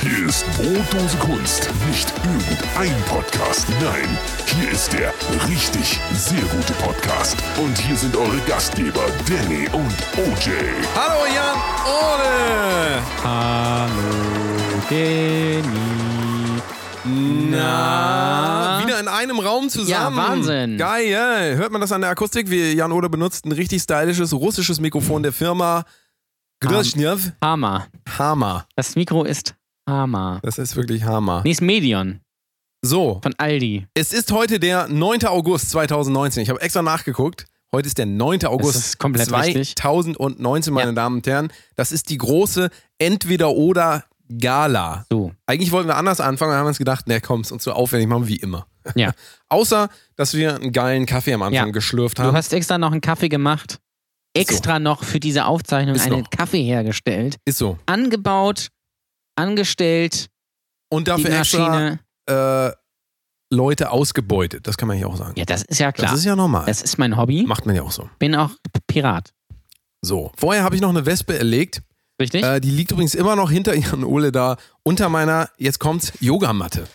Hier ist Brotdose Kunst, nicht irgendein Podcast. Nein, hier ist der richtig sehr gute Podcast. Und hier sind eure Gastgeber Danny und OJ. Hallo Jan Ole! Hallo, Danny. Na? Wieder in einem Raum zusammen. Ja, Wahnsinn. Geil. Hört man das an der Akustik? Wir, Jan Ole benutzt ein richtig stylisches russisches Mikrofon der Firma Grishnev. Hammer. Hammer. Das Mikro ist Hammer. Das ist wirklich Hammer. Nee, ist Medion So, von Aldi. es ist heute der 9. August 2019. Ich habe extra nachgeguckt. Heute ist der 9. August ist komplett richtig. 2019, meine Ja. Damen und Herren. Das ist die große Entweder-Oder-Gala. So, Eigentlich wollten wir anders anfangen, dann haben wir uns gedacht, na komm, ist uns so aufwendig, machen wir wie immer. ja. Außer, dass wir einen geilen Kaffee am Anfang Ja. geschlürft Du haben. hast extra noch einen Kaffee gemacht. Extra noch für diese Aufzeichnung Ist einen noch. Kaffee hergestellt. ist so. Angebaut, angestellt, Und die dafür extra Maschine. äh, Leute ausgebeutet. Das kann man ja auch sagen. Ja, das ist ja klar. Das ist ja normal. Das ist mein Hobby. Macht man ja auch so. Bin auch Pirat. So. Vorher habe ich noch eine Wespe erlegt. Richtig? Äh, die liegt übrigens immer noch hinter Jan Ole da, unter meiner, jetzt kommt's, Yogamatte.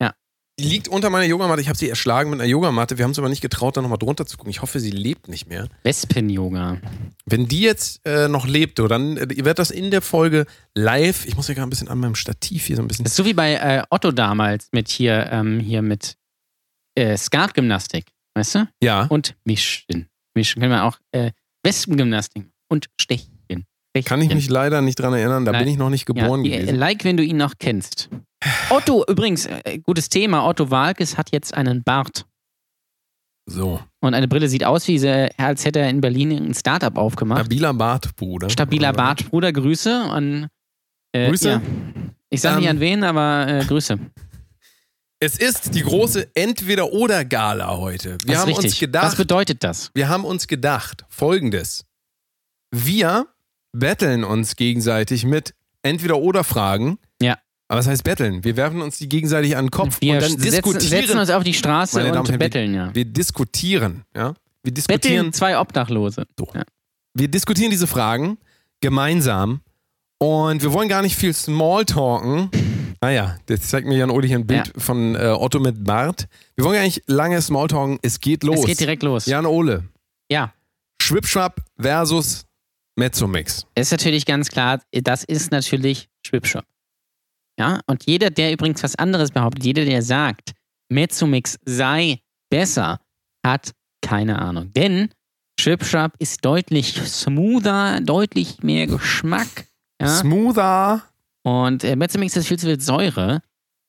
Ja. Die liegt unter meiner Yogamatte. Ich habe sie erschlagen mit einer Yogamatte. Wir haben es aber nicht getraut, da nochmal drunter zu gucken. Ich hoffe, sie lebt nicht mehr. Wespen-Yoga. Wenn die jetzt äh, noch lebt, so, dann äh, ihr werdet das in der Folge live. Ich muss ja gerade ein bisschen an meinem Stativ hier so ein bisschen. Das ist so wie bei äh, Otto damals mit hier, ähm, hier mit äh, Skatgymnastik, weißt du? Ja, Und Mischen. Mischen kann man auch äh, Wespengymnastik und Stechchen. kann ich mich leider nicht dran erinnern. Da Nein. bin ich noch nicht geboren ja, die- äh, gewesen. Like, wenn du ihn noch kennst. Otto, übrigens, äh, gutes Thema. Otto Walkes hat jetzt einen Bart. So, Und eine Brille sieht aus, wie sie, als hätte er in Berlin ein Startup aufgemacht. stabiler Bart, Bruder. Stabiler Bart, Bruder, Grüße an. Äh, Grüße. Ja. Ich sage nicht Ähm. an wen, aber äh, Grüße. Es ist die große Entweder-Oder-Gala heute. Wir Das ist haben richtig. uns gedacht. Was bedeutet das? Wir haben uns gedacht, folgendes. Wir betteln uns gegenseitig mit entweder oder Fragen. Ja. Aber was heißt betteln? Wir werfen uns die gegenseitig an den Kopf Wir und dann setzen, diskutieren. setzen uns auf die Straße Meine Damen und Herren, und wir- betteln, ja. wir diskutieren, ja? Wir diskutieren, Betteln zwei Obdachlose. wir diskutieren diese Fragen gemeinsam und wir wollen gar nicht viel Smalltalken. Ah ja, jetzt zeigt mir Jan Uli hier ein Bild von äh, Otto mit Bart. Wir wollen gar nicht lange Smalltalken. Es geht los. Es geht direkt los. Jan Ole, ja. Schwipschwapp versus Mezzomix. ist natürlich ganz klar, das ist natürlich Schwipschwap. Ja, und jeder, der übrigens was anderes behauptet, jeder, der sagt, Mezzomix sei besser, hat keine Ahnung. Denn Schwipschwap ist deutlich smoother, deutlich mehr Geschmack. Ja? Smoother. Und äh, Mezzomix ist viel zu viel Säure.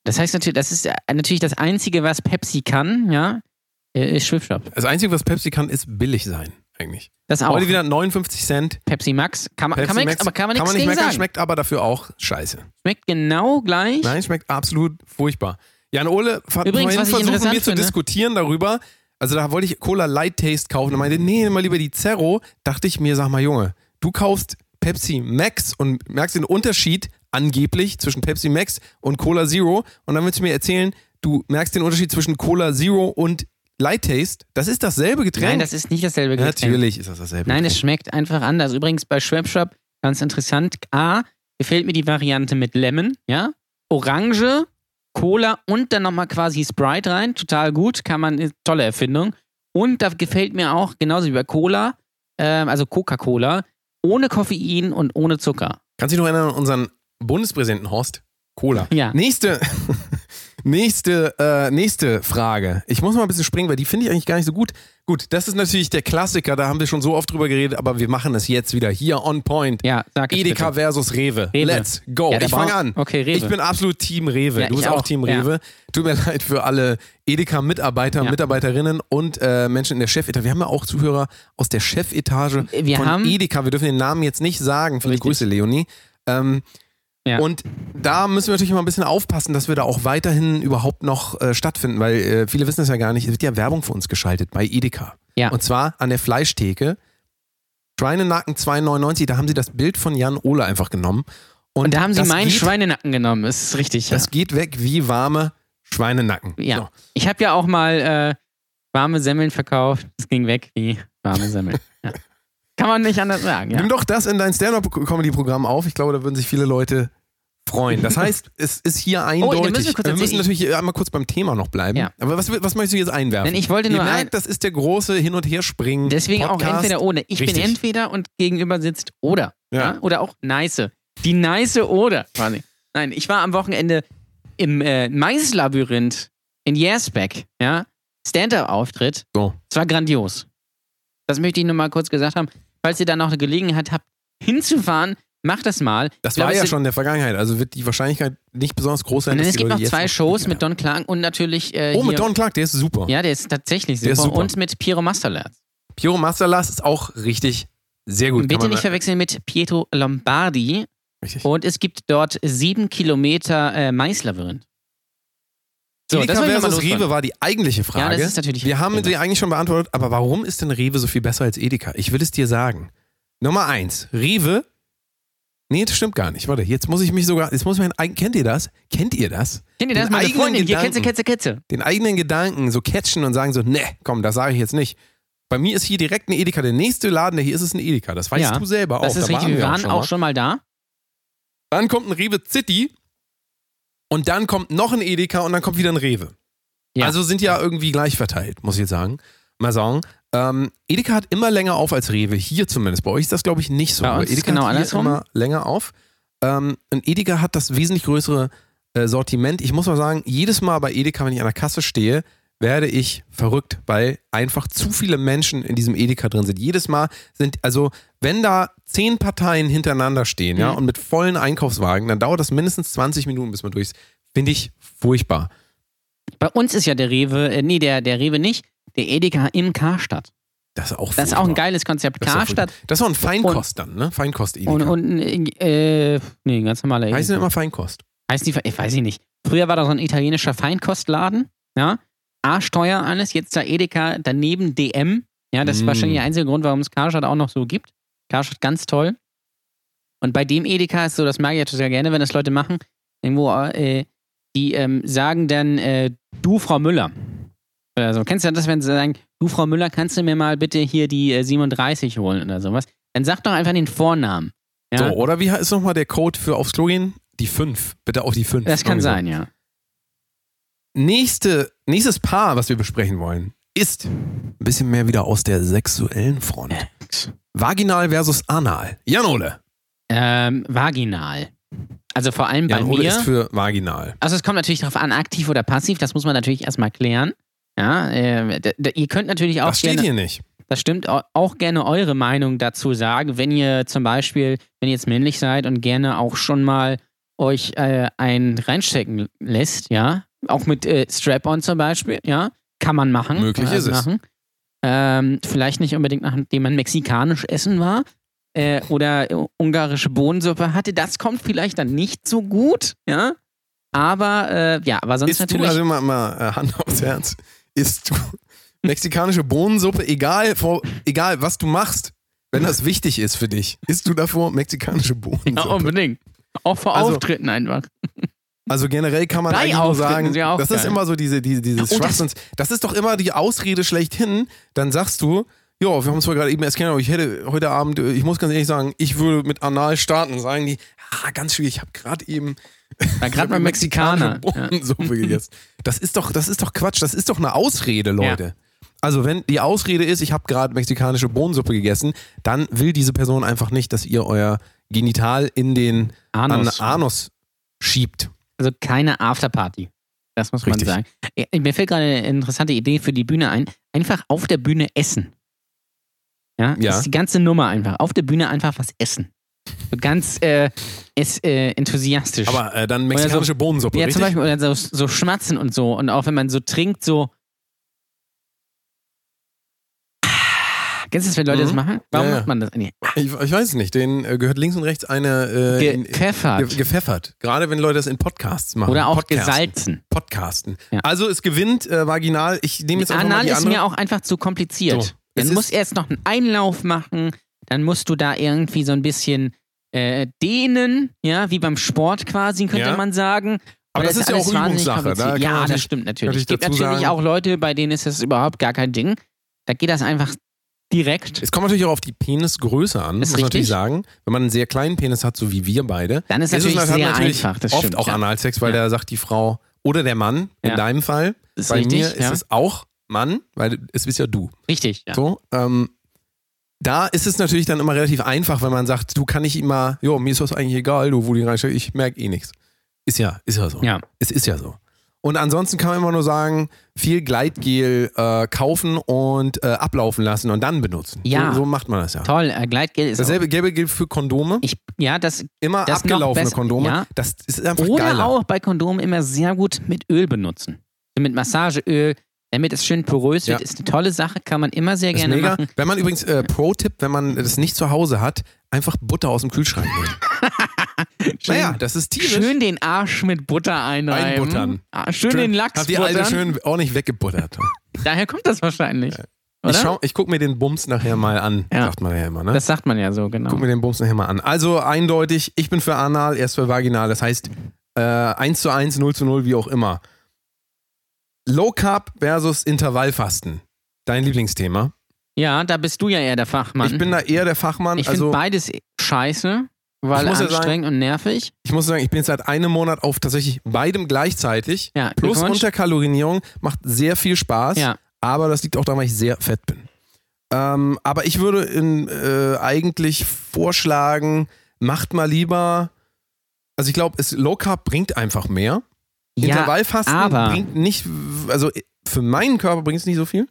Das heißt natürlich, das ist äh, natürlich das Einzige, was Pepsi kann, ja, äh, ist Schwipschwap. Das Einzige, was Pepsi kann, ist billig sein, eigentlich. Das auch. Heute wieder 59 Cent. Pepsi Max, kann man, Pepsi kann man Max nix, aber kann man nichts nicht gegen meckern, sagen. Schmeckt, schmeckt aber dafür auch scheiße. genau gleich. Nein, schmeckt absolut furchtbar. Jan Ole hat Übrigens, vorhin versucht, mit was ich mir interessant zu finde- diskutieren darüber. Also da wollte ich Cola Light Taste kaufen und meinte, nee, nimm mal lieber die Zero. Dachte ich mir, sag mal, Junge, du kaufst Pepsi Max und merkst den Unterschied angeblich zwischen Pepsi Max und Cola Zero. Und dann willst du mir erzählen, du merkst den Unterschied zwischen Cola Zero und Light Taste. Das ist dasselbe Getränk. Nein, das ist nicht dasselbe Getränk. Natürlich ist das dasselbe. Nein, es schmeckt einfach anders. Übrigens bei Schwebschwab ganz interessant. A, gefällt mir die Variante mit Lemon, ja? Orange, Cola und dann nochmal quasi Sprite rein. Total gut, kann man, ist tolle Erfindung. Und da gefällt mir auch, genauso wie bei Cola, ähm, also Coca-Cola, ohne Koffein und ohne Zucker. Kannst du dich noch erinnern an unseren Bundespräsidenten Horst? Cola. Ja. Nächste, nächste, äh, nächste Frage. Ich muss mal ein bisschen springen, weil die finde ich eigentlich gar nicht so gut. Gut, das ist natürlich der Klassiker, da haben wir schon so oft drüber geredet, aber wir machen es jetzt wieder hier on point. Ja, sag jetzt Edeka bitte. versus Rewe. Rewe. Let's go. Ja, da ich fange brauch- an. Okay, Rewe. Ich bin absolut Team Rewe. Ja, du bist ich auch auch. Team Ja. Rewe. Tut mir leid für alle Edeka-Mitarbeiter, Ja. Mitarbeiterinnen und äh, Menschen in der Chefetage. Wir haben ja auch Zuhörer aus der Chefetage Wir von haben- Edeka. Wir dürfen den Namen jetzt nicht sagen. Viele Richtig. Grüße, Leonie. Ähm, Ja. Und da müssen wir natürlich immer ein bisschen aufpassen, dass wir da auch weiterhin überhaupt noch äh, stattfinden, weil äh, viele wissen es ja gar nicht. Es wird ja Werbung für uns geschaltet bei Edeka. Ja. Und zwar an der Fleischtheke. Schweinenacken 2,99, da haben sie das Bild von Jan Ole einfach genommen. Und, Und da haben sie das meinen geht, Schweinenacken genommen, das ist richtig. Ja. Das geht weg wie warme Schweinenacken. ja. So. Ich habe ja auch mal äh, warme Semmeln verkauft. Es ging weg wie warme Semmeln. ja. Kann man nicht anders sagen, ja. Nimm doch das in dein Stand-Up-Comedy-Programm auf. Ich glaube, da würden sich viele Leute freuen. Das heißt, es ist hier Oh, eindeutig. müssen wir kurz wir müssen erzählen. natürlich einmal kurz beim Thema noch bleiben. Ja. Aber was, was möchtest du jetzt einwerfen? Denn ich wollte nur Ihr ein- merkt, das ist der große Hin- und Herspringen. Deswegen auch Podcast. entweder ohne. Ich Richtig. bin entweder und gegenüber sitzt oder. Ja. Ja. Oder auch nice. Die nice oder quasi. Nein, ich war am Wochenende im äh, Maislabyrinth in Jersbeck. Ja. Stand-up-Auftritt. So. Es war grandios. Das möchte ich nur mal kurz gesagt haben. Falls ihr da noch eine Gelegenheit habt, hinzufahren, macht das mal. Ich Das glaube, war es ja sind- schon in der Vergangenheit. Also wird die Wahrscheinlichkeit nicht besonders groß sein. Und dass es die gibt Leute noch jetzt zwei Shows mit Ja. Don Clark und natürlich. Äh, Oh, mit hier- Don Clark, der ist super. Ja, der ist tatsächlich super. Der ist super. Und mit Piero Masterlerz. Piero Masterlass ist auch richtig sehr gut. Bitte kann man nicht Oh, mal- verwechseln mit Pietro Lombardi. Richtig. Und es gibt dort sieben Kilometer äh, Maislabyrinth. So, Edeka das wollte ich mal versus loswerden. Rewe war die eigentliche Frage. Ja, das ist natürlich- Wir haben genau. sie eigentlich schon beantwortet, aber warum ist denn Rewe so viel besser als Edeka? Ich will es dir sagen. Nummer eins, Rewe. Nee, das stimmt gar nicht. Warte, jetzt muss ich mich sogar, jetzt muss ich mein eigen, kennt ihr das? Kennt ihr das? Kennt ihr das? Den Meine eigenen Freundin, hier, Gedanken. Ketze, Ketze, Ketze. Den eigenen Gedanken so catchen und sagen so, ne, komm, das sage ich jetzt nicht. Bei mir ist hier direkt ein Edeka. Der nächste Laden, der hier ist, ist ein Edeka. Das weißt Ja, du selber Das auch. ist Da richtig. Wir waren mal. auch schon mal da. Dann kommt ein Rewe City und dann kommt noch ein Edeka und dann kommt wieder ein Rewe. Ja. Also sind ja irgendwie gleich verteilt, muss ich jetzt sagen. Mal sagen. Ähm, Edeka hat immer länger auf als Rewe, hier zumindest. Bei euch ist das, glaube ich, nicht so. Bei Aber uns ist Edeka genau hat hier andersrum. immer länger auf. Ähm, und Edeka hat das wesentlich größere äh, Sortiment. Ich muss mal sagen, jedes Mal bei Edeka, wenn ich an der Kasse stehe, werde ich verrückt, weil einfach zu viele Menschen in diesem Edeka drin sind. Jedes Mal sind, also wenn da zehn Parteien hintereinander stehen, ja, Mhm. und mit vollen Einkaufswagen, dann dauert das mindestens 20 Minuten, bis man durch ist. Finde ich furchtbar. Bei uns ist ja der Rewe, äh, nee, der, der Rewe nicht, der Edeka im Karstadt. Das ist auch Das ist auch ein geiles Konzept. Das ist auch Karstadt furchtbar. Das ist auch ein Feinkost dann, ne? Feinkost-Edeka. und, und äh, nee, ein ganz normaler Heißen Edeka. immer Feinkost. Heißt die, ich weiß ich nicht. Früher war da so ein italienischer Feinkostladen, ja. Arschteuer alles, jetzt da Edeka, daneben DM. Ja, das ist Mm. wahrscheinlich der einzige Grund, warum es Karstadt auch noch so gibt. Karstadt ganz toll. Und bei dem Edeka ist so, das mag ich ja total gerne, wenn das Leute machen, irgendwo, äh, die ähm, sagen dann, äh, du Frau Müller. Oder so. Kennst du das, wenn sie sagen, du Frau Müller, kannst du mir mal bitte hier die äh, 37 holen oder sowas? Dann sag doch einfach den Vornamen. Ja, So, oh, oder wie ist nochmal der Code für aufs Klo gehen? Die 5. Bitte auch die 5. das kann sein, ja. Nächste, nächstes Paar, was wir besprechen wollen, ist ein bisschen mehr wieder aus der sexuellen Front. Vaginal versus anal. Janole. Ähm, vaginal. Also vor allem bei Janole ist mir. für vaginal. Also es kommt natürlich darauf an, aktiv oder passiv, das muss man natürlich erstmal klären. Ja, äh, d- d- ihr könnt natürlich auch Das steht gerne, hier nicht. das stimmt, au- auch gerne eure Meinung dazu sagen, wenn ihr zum Beispiel, wenn ihr jetzt männlich seid und gerne auch schon mal euch äh, einen reinstecken lässt, ja, auch mit äh, Strap-on zum Beispiel, ja, kann man machen. Möglich kann man ist es. Machen. Ähm, vielleicht nicht unbedingt, nachdem man mexikanisch essen war äh, oder äh, ungarische Bohnensuppe hatte. Das kommt vielleicht dann nicht so gut, ja. Aber äh, ja, aber sonst Ist du, natürlich. also mal, mal äh, Hand aufs Herz, isst du mexikanische Bohnensuppe, egal, vor, egal was du machst, wenn das wichtig ist für dich, isst du davor mexikanische ja, Bohnensuppe. unbedingt. Auch vor Also- Auftritten einfach. Also generell kann man Bei eigentlich nur Auftritten sagen, ist ja auch das ist geil. immer so diese, diese dieses Oh, das- Schwachsinns. Das ist doch immer die Ausrede schlechthin. Dann sagst du, ja, wir haben es zwar gerade eben erst kennengelernt, aber ich hätte heute Abend, äh, ich muss ganz ehrlich sagen, ich würde mit Anal starten. Sagen die, ah, ganz schwierig, ich habe gerade eben War gerade beim Mexikaner. mexikanische Ja. Bohnensuppe gegessen. Das ist doch, das ist doch Quatsch. Das ist doch eine Ausrede, Leute. Also wenn die Ausrede ist, ich habe gerade mexikanische Bohnensuppe gegessen, dann will diese Person einfach nicht, dass ihr euer Genital in den Anus. An Anus schiebt. Also keine Afterparty. Das muss Richtig. man sagen. Ja, Mir fällt gerade eine interessante Idee für die Bühne ein. Einfach auf der Bühne essen. Ja, Ja. Das ist die ganze Nummer einfach. Auf der Bühne einfach was essen. So ganz äh, es, äh, enthusiastisch. Aber äh, dann so- mexikanische Bohnensuppe, also ja, richtig? zum Beispiel oder so, so schmatzen und so. Und auch wenn man so trinkt, so. Kennst du das, wenn Leute Mhm. das machen? Warum Ja, ja. macht man das? Nee. Ich, ich weiß es nicht. Den äh, gehört links und rechts eine äh, in- Gepfeffert. ge gepfeffert. Gerade wenn Leute das in Podcasts machen. oder auch Podcasten. gesalzen. Podcasten. Ja. Also es gewinnt äh, vaginal. Ich nehme jetzt einfach mal Anal die ist andere. mir auch einfach zu kompliziert. So, es dann ist- musst du erst noch einen Einlauf machen, dann musst du da irgendwie so ein bisschen äh, dehnen, ja, wie beim Sport quasi, könnte Ja. man sagen. Aber Weil das ist ja alles auch wahnsinnig Übungssache, kompliziert. da kann man Ja, das natürlich- stimmt natürlich. natürlich Es gibt dazu natürlich sagen- auch Leute, bei denen ist das überhaupt gar kein Ding. Da geht das einfach direkt. Es kommt natürlich auch auf die Penisgröße an, Ist muss man natürlich richtig. sagen. Wenn man einen sehr kleinen Penis hat, so wie wir beide, Dann ist natürlich hat man sehr einfach, das oft stimmt, auch ja. Analsex, weil Ja. da sagt die Frau oder der Mann, in Ja. deinem Fall. Ist Bei richtig, mir ja. ist es auch Mann, weil es bist ja du. Richtig, ja. So, ähm, da ist es natürlich dann immer relativ einfach, wenn man sagt, du kann ich immer, jo, mir ist das eigentlich egal, du, wo die reinstellst, ich merke eh nichts. Ist ja, ist ja so. Ja. Es ist ja so. Und ansonsten kann man immer nur sagen, viel Gleitgel äh, kaufen und äh, ablaufen lassen und dann benutzen. Ja. So, so macht man das ja. Toll, äh, Gleitgel ist auch, Dasselbe gelbe gilt für Kondome. ich, Ja, das Immer das noch abgelaufene besser, Kondome. ja. Das ist einfach Oder geiler. auch bei Kondomen immer sehr gut mit Öl benutzen. Also Mit Massageöl, damit es schön porös wird, Ja. ist eine tolle Sache, kann man immer sehr Das ist gerne mega. machen. Wenn man übrigens, äh, Pro-Tipp, wenn man das nicht zu Hause hat, einfach Butter aus dem Kühlschrank nehmen. naja, das ist tierisch. Schön den Arsch mit Butter einreiben. Einbuttern. Ah, schön, den Lachs Habt ihr alle buttern. schön ordentlich weggebuttert. Daher kommt das wahrscheinlich. Oder? Ich, schau- ich guck mir den Bums nachher mal an, Ja. sagt man ja immer, ne? das sagt man ja so, genau. Guck mir den Bums nachher mal an. Also eindeutig, ich bin für anal, er ist für vaginal. Das heißt, äh, 1 zu 1, 0 zu 0, wie auch immer. Low Carb versus Intervallfasten. Dein Lieblingsthema. Ja, da bist du ja eher der Fachmann. Ich bin da eher der Fachmann. Ich also finde beides scheiße, weil Ich muss ja anstrengend und nervig. ich muss sagen, ich bin jetzt seit einem Monat auf tatsächlich beidem gleichzeitig. Ja, Plus Glückwunsch. Unterkalorinierung macht sehr viel Spaß. Ja. Aber das liegt auch daran, weil ich sehr fett bin. Ähm, aber ich würde in, äh, eigentlich vorschlagen, macht mal lieber. Also ich glaube, Low Carb bringt einfach mehr. Intervallfasten ja, aber bringt nicht, also für meinen Körper bringt es nicht so viel.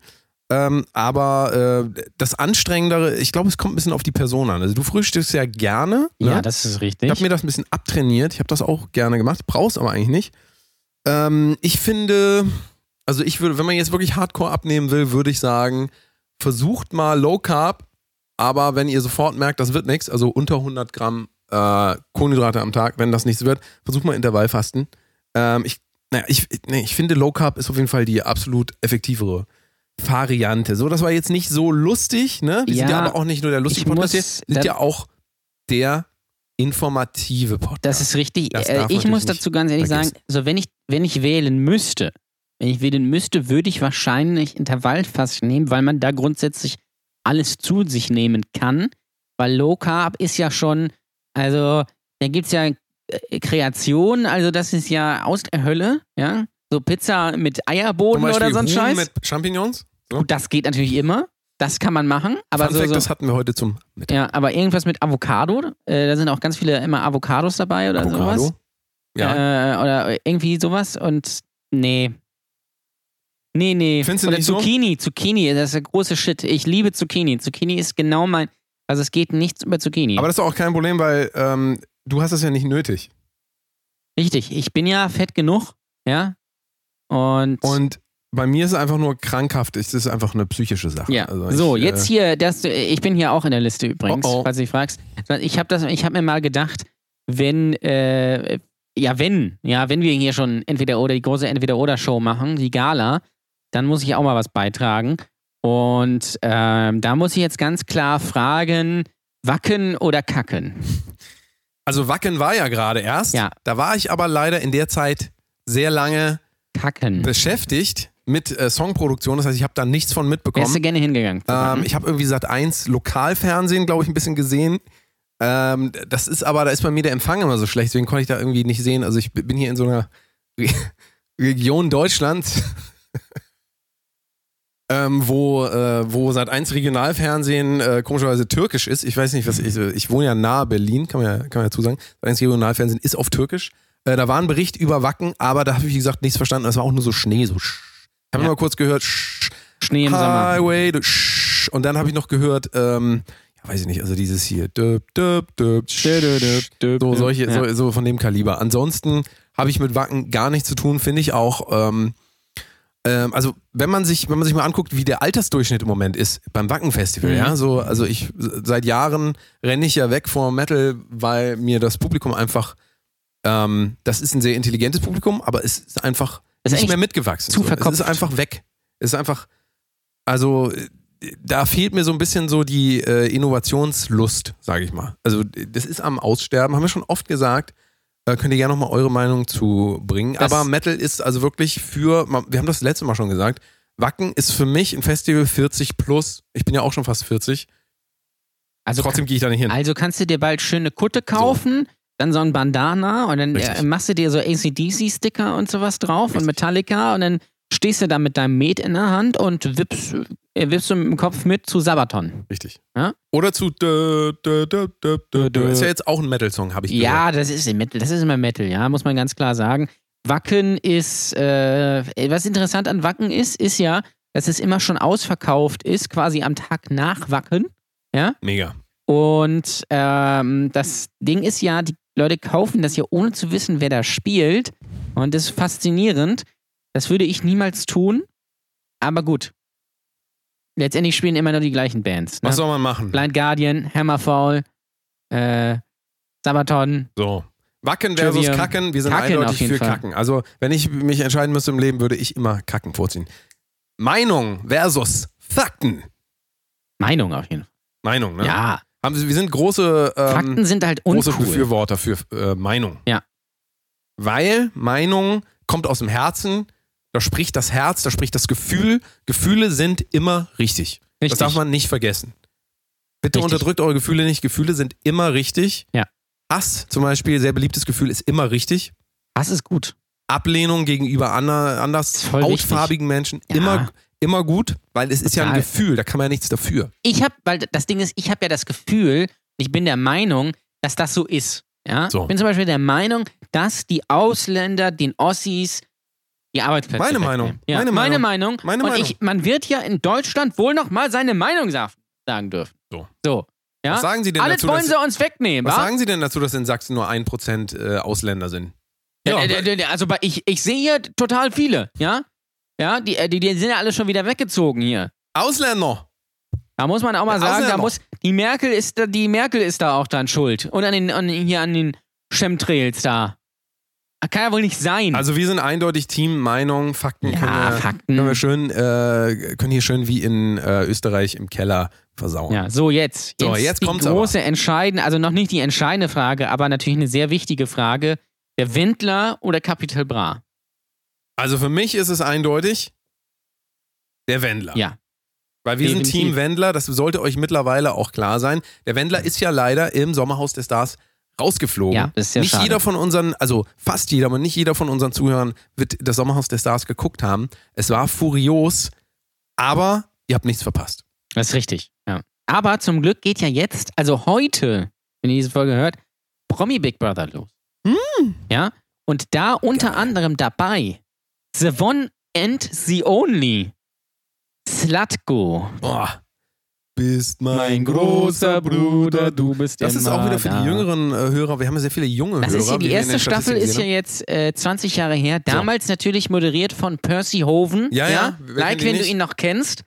Ähm, aber äh, das Anstrengendere, ich glaube, es kommt ein bisschen auf die Person an. Also du frühstückst ja gerne. ne? Ja, das ist richtig. Ich habe mir das ein bisschen abtrainiert. Ich habe das auch gerne gemacht. Brauch's aber eigentlich nicht. Ähm, ich finde, also ich würde, wenn man jetzt wirklich Hardcore abnehmen will, würde ich sagen, versucht mal Low Carb, aber wenn ihr sofort merkt, das wird nichts, also unter 100 Gramm äh, Kohlenhydrate am Tag, wenn das nichts wird, versucht mal Intervallfasten. Ähm, ich, naja, ich, nee, ich finde Low Carb ist auf jeden Fall die absolut effektivere Variante. So, das war jetzt nicht so lustig, ne? Wir sind ja Ja, aber auch nicht nur der lustige ich Podcast hier, muss- sind da- ja auch der informative Podcast. Das ist richtig. Das äh, darf ich man muss natürlich dazu ganz ehrlich vergessen. sagen, so wenn ich, wenn ich wählen müsste, wenn ich wählen müsste, würde ich wahrscheinlich Intervallfasten nehmen, weil man da grundsätzlich alles zu sich nehmen kann. Weil Low Carb ist ja schon, also da gibt es ja äh, Kreationen, also das ist ja aus der Hölle, ja. So Pizza mit Eierboden oder so ein Huhn Scheiß. mit Champignons. Gut, das geht natürlich immer. Das kann man machen. Aber Fun so, Fact, so, das hatten wir heute zum Mittag. ja, aber irgendwas mit Avocado, äh, da sind auch ganz viele immer Avocados dabei oder sowas. Ja. Äh, oder irgendwie sowas und nee. Nee, nee. Findest du oder nicht so? Zucchini, Zucchini, das ist der große Shit. Ich liebe Zucchini. Zucchini ist genau mein. Also es geht nichts über Zucchini. Aber das ist auch kein Problem, weil ähm, du hast das ja nicht nötig. Richtig, ich bin ja fett genug, ja. Und, Und bei mir ist es einfach nur krankhaft. Es ist einfach eine psychische Sache. ja. Also ich, so, äh, jetzt hier, das, ich bin hier auch in der Liste übrigens, Oh, oh. falls du dich fragst. Ich habe das, ich habe mir mal gedacht, wenn, äh, ja, wenn, ja, wenn wir hier schon entweder oder die große Entweder-Oder-Show machen, die Gala, dann muss ich auch mal was beitragen. Und ähm, da muss ich jetzt ganz klar fragen, wacken oder kacken? Also Wacken war ja gerade erst. Ja. Da war ich aber leider in der Zeit sehr lange Kacken. beschäftigt mit äh, Songproduktion. Das heißt, ich habe da nichts von Wärst du mitbekommen. gerne hingegangen? Ähm, ich habe irgendwie Sat 1 Lokalfernsehen, glaube ich, ein bisschen gesehen. Ähm, das ist aber, da ist bei mir der Empfang immer so schlecht, deswegen konnte ich da irgendwie nicht sehen. Also ich bin hier in so einer Re Region Deutschlands, ähm, wo, äh, wo Sat 1 Regionalfernsehen äh, komischerweise türkisch ist. Ich weiß nicht, was ich, ich wohne ja nahe Berlin, kann man ja, kann man ja zusagen. Sat 1 Regionalfernsehen ist auf türkisch. Äh, da war ein Bericht über Wacken, aber da habe ich, wie gesagt, nichts verstanden. Das war auch nur so Schnee, so sch. Ich habe Ja. nur kurz gehört, sch. Schnee im Sommer. Highway. to- Shh. Und dann habe ich noch gehört, ähm, ja, weiß ich nicht, also dieses hier. Döp, döp, döp, shh. so, solche, ja. so, so von dem Kaliber. Ansonsten habe ich mit Wacken gar nichts zu tun, finde ich auch. Ähm, ähm, also, wenn man sich, wenn man sich mal anguckt, wie der Altersdurchschnitt im Moment ist beim Wacken-Festival, Mhm. ja, so, also ich seit Jahren renne ich ja weg vor Metal, weil mir das Publikum einfach, ähm, das ist ein sehr intelligentes Publikum, aber es ist einfach Das ist nicht eigentlich mehr mitgewachsen. zu so. Es verkopft. ist einfach weg. Es ist einfach, also äh, da fehlt mir so ein bisschen so die äh, Innovationslust, sage ich mal. Also äh, das ist am Aussterben, haben wir schon oft gesagt. Äh, könnt ihr gerne nochmal eure Meinung zu bringen. Das- Aber Metal ist also wirklich für, ma- wir haben das letzte Mal schon gesagt, Wacken ist für mich ein Festival 40 plus. Ich bin ja auch schon fast 40. Also, Trotzdem gehe ich da nicht hin. also kannst du dir bald schöne Kutte kaufen, dann so ein Bandana und dann Richtig. äh, machst du dir so ACDC-Sticker und sowas drauf und Metallica und dann stehst du da mit deinem Met in der Hand und wippst, äh, wippst du mit dem Kopf mit zu Sabaton. Richtig. Ja? Oder zu dö, dö, dö, dö, dö, dö. Dö. Ist ja jetzt auch ein Metal-Song, habe ich gehört. Ja, das ist im Metal, das ist immer Metal, ja, muss man ganz klar sagen. Wacken ist, äh, was interessant an Wacken ist, ist ja, dass es immer schon ausverkauft ist, quasi am Tag nach Wacken. Mega. Und ähm, das Ding ist ja, die Leute kaufen das ja ohne zu wissen, wer da spielt. Und das ist faszinierend. Das würde ich niemals tun. Aber gut. Letztendlich spielen immer nur die gleichen Bands. Ne? Was soll man machen? Blind Guardian, Hammerfall, äh, Sabaton. So. Wacken versus Trivium. Kacken, wir sind Kacken auf eindeutig jeden für Fall. Kacken. Also, wenn ich mich entscheiden müsste im Leben, würde ich immer Kacken vorziehen. Meinung versus Fakten. Meinung auf jeden Fall. Meinung, ne? Ja. Haben Sie, wir sind große, ähm, Fakten sind halt große uncool. Befürworter für äh, Meinung. Ja. Weil Meinung kommt aus dem Herzen, da spricht das Herz, da spricht das Gefühl. Gefühle sind immer richtig. Das Richtig. darf man nicht vergessen. Bitte Richtig. unterdrückt eure Gefühle nicht. Gefühle sind immer richtig. Ja. Hass zum Beispiel, sehr beliebtes Gefühl, ist immer richtig. Das ist gut. Ablehnung gegenüber ander, anders Ist voll wichtig. hautfarbigen Menschen Ja. immer, immer gut, weil es ist ja ein Total. Gefühl, da kann man ja nichts dafür. Ich habe, weil das Ding ist, ich habe ja das Gefühl, ich bin der Meinung, dass das so ist. Ja? So. Ich bin zum Beispiel der Meinung, dass die Ausländer den Ossis die Arbeitsplätze Meine wegnehmen. Meinung. Ja. Meine Meine, Meinung. Meinung. Meine Und Meinung. Ich, man wird ja in Deutschland wohl noch mal seine Meinung sa- sagen dürfen. So. so. Ja? Was sagen Sie denn Ah, Alles dazu? wollen dass, sie uns wegnehmen, was wa? sagen Sie denn dazu, dass in Sachsen nur 1% äh, Ausländer sind? Ja, Ja, äh, äh, äh, also bei- ich, ich sehe hier total viele, ja? Ja, die, äh, die, die sind ja alle schon wieder weggezogen hier. Ausländer! Da muss man auch mal Ja, sagen, Ausländer. da muss die Merkel ist da, die Merkel ist da auch dann schuld und an den an, hier an den Chemtrails da. Ah, Kann ja wohl nicht sein. Also wir sind eindeutig Team, Meinung, Fakten. Hm. Ja, können wir, Fakten. Können, wir schön, äh, können hier schön wie in äh, Österreich im Keller versauen. ja, so jetzt. So, jetzt die kommt's große entscheidende, also noch nicht die entscheidende Frage, aber natürlich eine sehr wichtige Frage: Der Wendler oder Capital Bra? Also für mich ist es eindeutig der Wendler. Ja. Weil wir sind Definitiv. Team Wendler, das sollte euch mittlerweile auch klar sein. Der Wendler ist ja leider im Sommerhaus der Stars rausgeflogen. Ja, das ist sehr Nicht schade. jeder von unseren, also fast jeder, aber nicht jeder von unseren Zuhörern wird das Sommerhaus der Stars geguckt haben. Es war furios, aber ihr habt nichts verpasst. Das ist richtig. Ja. Aber zum Glück geht ja jetzt, also heute, wenn ihr diese Folge hört, Promi Big Brother los. Ja. Und da unter anderem dabei The One and the Only Slatko. Boah. Bist bist Das ist auch wieder für die jüngeren äh, Hörer. Wir haben ja sehr viele junge Das Hörer. ist ja wie die wir in erste den Staffel, Statistiken ist sehen. ne? ja jetzt äh, 20 Jahre her. Damals natürlich moderiert von Percy Hoven. Ja, ja, wer Like, kennt ihn wenn du nicht? ihn noch kennst.